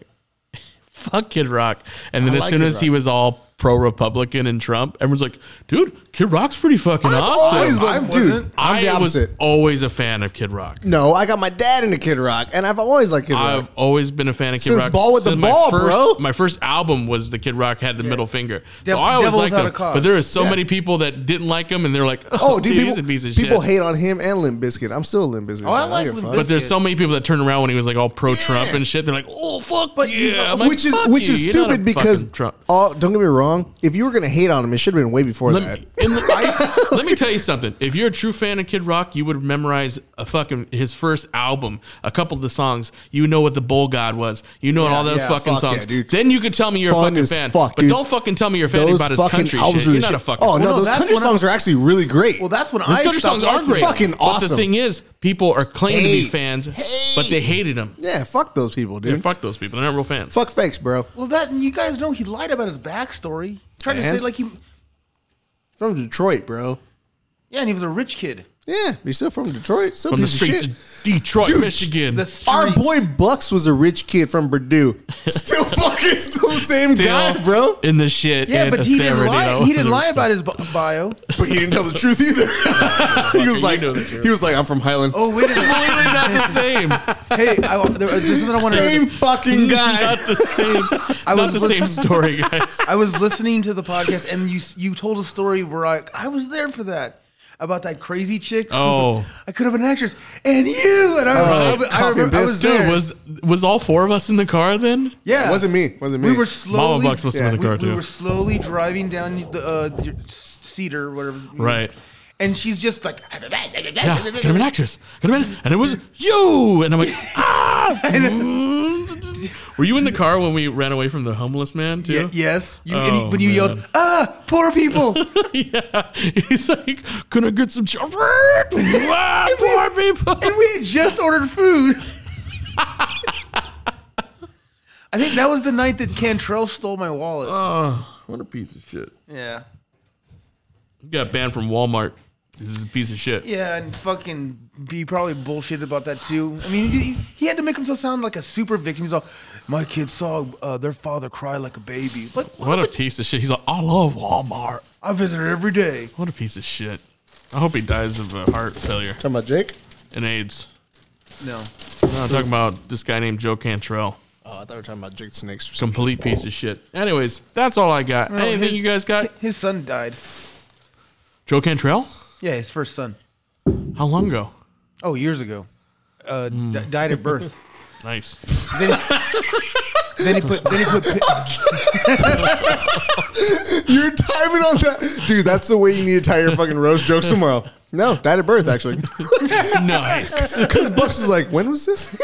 "Fuck Kid Rock," and then
I
as
like
soon
Kid
as he
Rock.
was all pro Republican and Trump, everyone's like, "Dude, Kid Rock's pretty fucking
I've
awesome."
always loved- dude,
wasn't.
I'm the
I was
opposite.
always a fan of Kid Rock.
No, I got my dad into Kid Rock, and I've always liked Kid
I've
Rock.
always been a fan of Kid
Since
Rock.
Ball with the
Since my
Ball,
first-
bro.
My first album was the Kid Rock had the middle finger. so
Devil-
I always
Devil
liked
Without
him.
a Cause.
But there is so
Yeah.
many people that didn't like him, and they're like, "Oh,
Oh, dude,
dude,
people,
he's a piece of
people
shit."
hate on him and Limp Biscuit. I'm still a Limp Bizkit.
Oh, I
fan.
like
give a
Limp
fuck.
But there's
Biscuit.
so many people that turned around when he was like all pro Trump and shit. They're like, "Oh fuck!" But yeah, I'm like,
which is
"Fuck
which is
you, you're not a
stupid because
fucking Trump.
oh, don't get me wrong. If you were gonna hate on him, it should have been way before
Let
that.
me, and let- I- let me tell you something. If you're a true fan of Kid Rock, you would memorize a fucking his first album, a couple of the songs. You know what the Bull God was. You know all those
yeah,
fucking
fuck
songs.
yeah, dude.
Then you could tell me you're
Fun
a fucking
as
fan.
fuck,
but
dude.
don't fucking tell me you're a fan about his country shit.
were
You're
the
not a
shit.
fucking.
Oh
fan.
no,
no,
those
that's
country
when I-
songs are actually really great.
Well, that's when
Those
I
country
stopped
songs are
liking
great.
him.
Fucking
But the
awesome.
thing is, people are claiming to be
Hey,
fans,
hey.
but they hated him.
yeah, fuck those people,
Yeah,
dude.
fuck those people. They're not real fans.
fuck fakes, bro.
Well, that and you guys know he lied about his backstory. Tried to
And?
say like he,
From Detroit, bro.
yeah, and he was a rich kid.
Yeah, he's still from Detroit. Still
From the
piece of
streets
shit.
of Detroit,
Dude,
Michigan.
The
Our
streets.
boy Bucks was a rich kid from Purdue. Still fucking still the same
Still
guy, bro.
In the shit.
Yeah,
in
but
the
he
San
didn't lie.
Bernardino.
He didn't lie about his bi- bio.
But he didn't tell the truth either. he was
you
like,
know the truth.
he was like, I'm from Highland.
Oh wait a minute.
Completely not the same.
hey, I, there, there's something I wanted.
same fucking guy.
Not the same.
I
not the
was
same story, guys.
I was listening to the podcast, and you you told a story where I I was there for that about that crazy chick.
Oh.
I could have been an actress, and you and I. I-
Right.
I, remember, I was
Dude,
there.
Dude, was was all four of us in the car then?
yeah,
Wasn't me. Wasn't me.
We were slowly.
Mama Bucks must have been in the
we,
car
we
too.
were slowly driving down the uh, your s- cedar, whatever.
Right.
And she's just like, yeah,
yeah, could have been an actress. Could have been, and it was you. And I'm like, ah. Were you in the car when we ran away from the homeless man too?
yes. You, and he-
Oh,
when you yelled,
man.
ah, poor people. and
yeah. He's like, can I get some chocolate? ah, poor people.
we had just ordered food. I think that was the night that Cantrell stole my wallet.
What a piece of shit.
yeah.
You got banned from Walmart. This is a piece of shit.
Yeah, and fucking be probably bullshit about that too. I mean, he, he had to make himself sound like a super victim. He's all, my kids saw uh, their father cry like a baby. Like,
What a piece of shit. He's like, I love Walmart.
I visit her every day.
What a piece of shit. I hope he dies of a heart failure.
Talking about Jake?
and AIDS.
No.
No, I'm talking about this guy named Joe Cantrell.
Oh, I thought we were talking about Jake Snakes or something.
Complete piece of shit. Anyways, that's all I got.
No,
Anything
his-
you guys got?
His son died.
Joe Cantrell?
Yeah, his first son.
How long ago?
Oh, years ago. Uh, d- died at birth.
Nice.
then he put. Then he put. pi-
You're timing on that, dude. That's the way you need to tie your fucking roast jokes tomorrow. No, died at birth actually.
nice.
Because Bucks is like, when was this?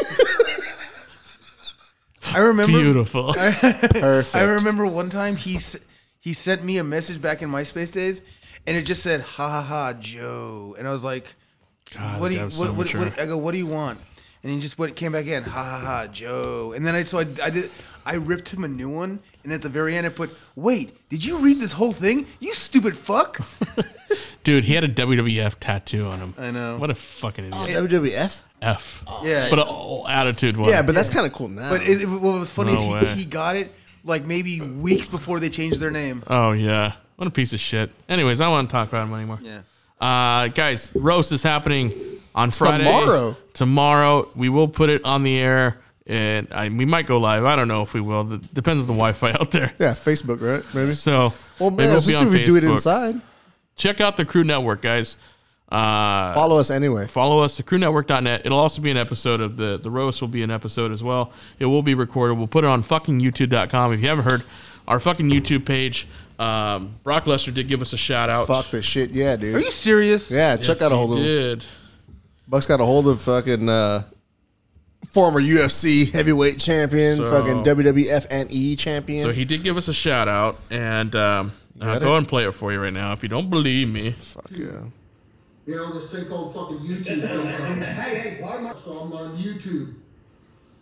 I remember.
Beautiful.
Perfect.
I remember one time he s- he sent me a message back in MySpace days, and it just said "ha ha ha Joe," and I was like,
God,
"What do
that
you? What,
was so
what,
mature.
what- I go, what do you want?" And he just went came back in "ha ha ha Joe," and then I so I, I did I ripped him a new one, and at the very end I put, "Wait, did you read this whole thing? You stupid fuck!"
Dude, he had a WWF tattoo on him.
I know.
What a fucking
Oh,
idiot.
WWF.
F.
Yeah.
But a whole attitude one.
Yeah, but that's kind of cool now.
But it, it- what was funny
No
is
way.
he, he got it like maybe weeks before they changed their name.
Oh, yeah. What a piece of shit. Anyways, I don't want to talk about him anymore.
Yeah.
Uh, guys, roast is happening on Friday.
Tomorrow.
Tomorrow, we will put it on the air, and I, we might go live. I don't know if we will. It depends on the Wi-Fi out there.
yeah, Facebook, right? Maybe.
So
well,
maybe
man,
it'll be
especially
on
if we do it
Facebook.
inside.
Check out the Crew Network, guys. Uh,
Follow us anyway.
follow us at crewnetwork.net. It'll also be an episode of the the roast will be an episode as well. It will be recorded. We'll put it on fucking youtube.com. If you haven't heard our fucking YouTube page, um, Brock Lesnar did give us a shout out.
Fuck this shit. Yeah, dude.
Are you serious?
yeah,
Yes,
check out a
he
whole little.
did.
Bucks got a hold of fucking uh, former UFC heavyweight champion,
So-
fucking WWF and E champion.
So he did give us a shout out, and um, I'll
got
go
it?
and play it for you right now. If you don't believe me,
Fuck yeah.
You know, this thing called fucking YouTube comes from. Hey, hey, why am I? So I'm on YouTube.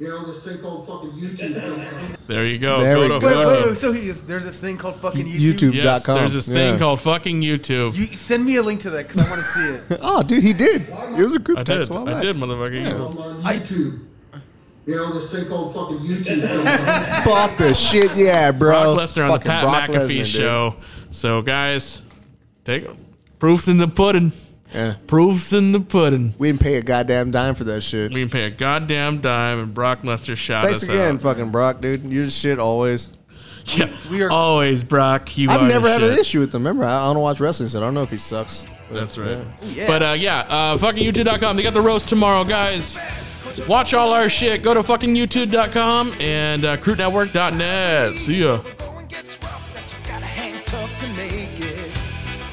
You know, this thing called fucking YouTube comes from.
there you go.
There
Go
we go.
to
Wait, wait,
fucking-
wait, so he is, there's this thing called fucking YouTube.
YouTube.com.
Yes, there's this thing
yeah.
called fucking YouTube.
You send me a link to that because I want to see it.
Oh, dude, he did. It was a group
I
text.
did.
a while
I
back.
did, motherfucker. You-
I'm on YouTube. You know, this thing called fucking YouTube comes from.
Fuck the shit, yeah, bro.
Brock Lesnar on the
Oh, Fucking
Pat
Brock Lesnar,
McAfee
dude.
show. So guys, take proofs in the pudding.
Yeah.
Proofs in the pudding.
We didn't pay a goddamn dime for that shit.
We can pay a goddamn dime, and Brock Lesnar shout
Thanks
us
again,
out.
fucking Brock, dude. You're the shit always.
Yeah,
we are-
always Brock. You are
I've never
the
had
shit.
an issue with him. Remember, I I don't watch wrestling, so I don't know if he sucks. But,
That's right.
Yeah.
But uh, yeah, uh, fucking YouTube.com. They got the roast tomorrow, guys. Watch all our shit. Go to fucking YouTube.com and uh, CrewNetwork.net. See ya.
Going gets rough that you gotta hang tough to make it.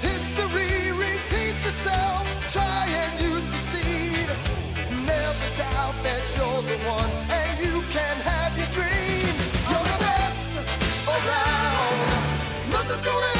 History repeats itself. Try and you succeed. Never doubt that you're the one and you can have your dream. You're the best around. Nothing's gonna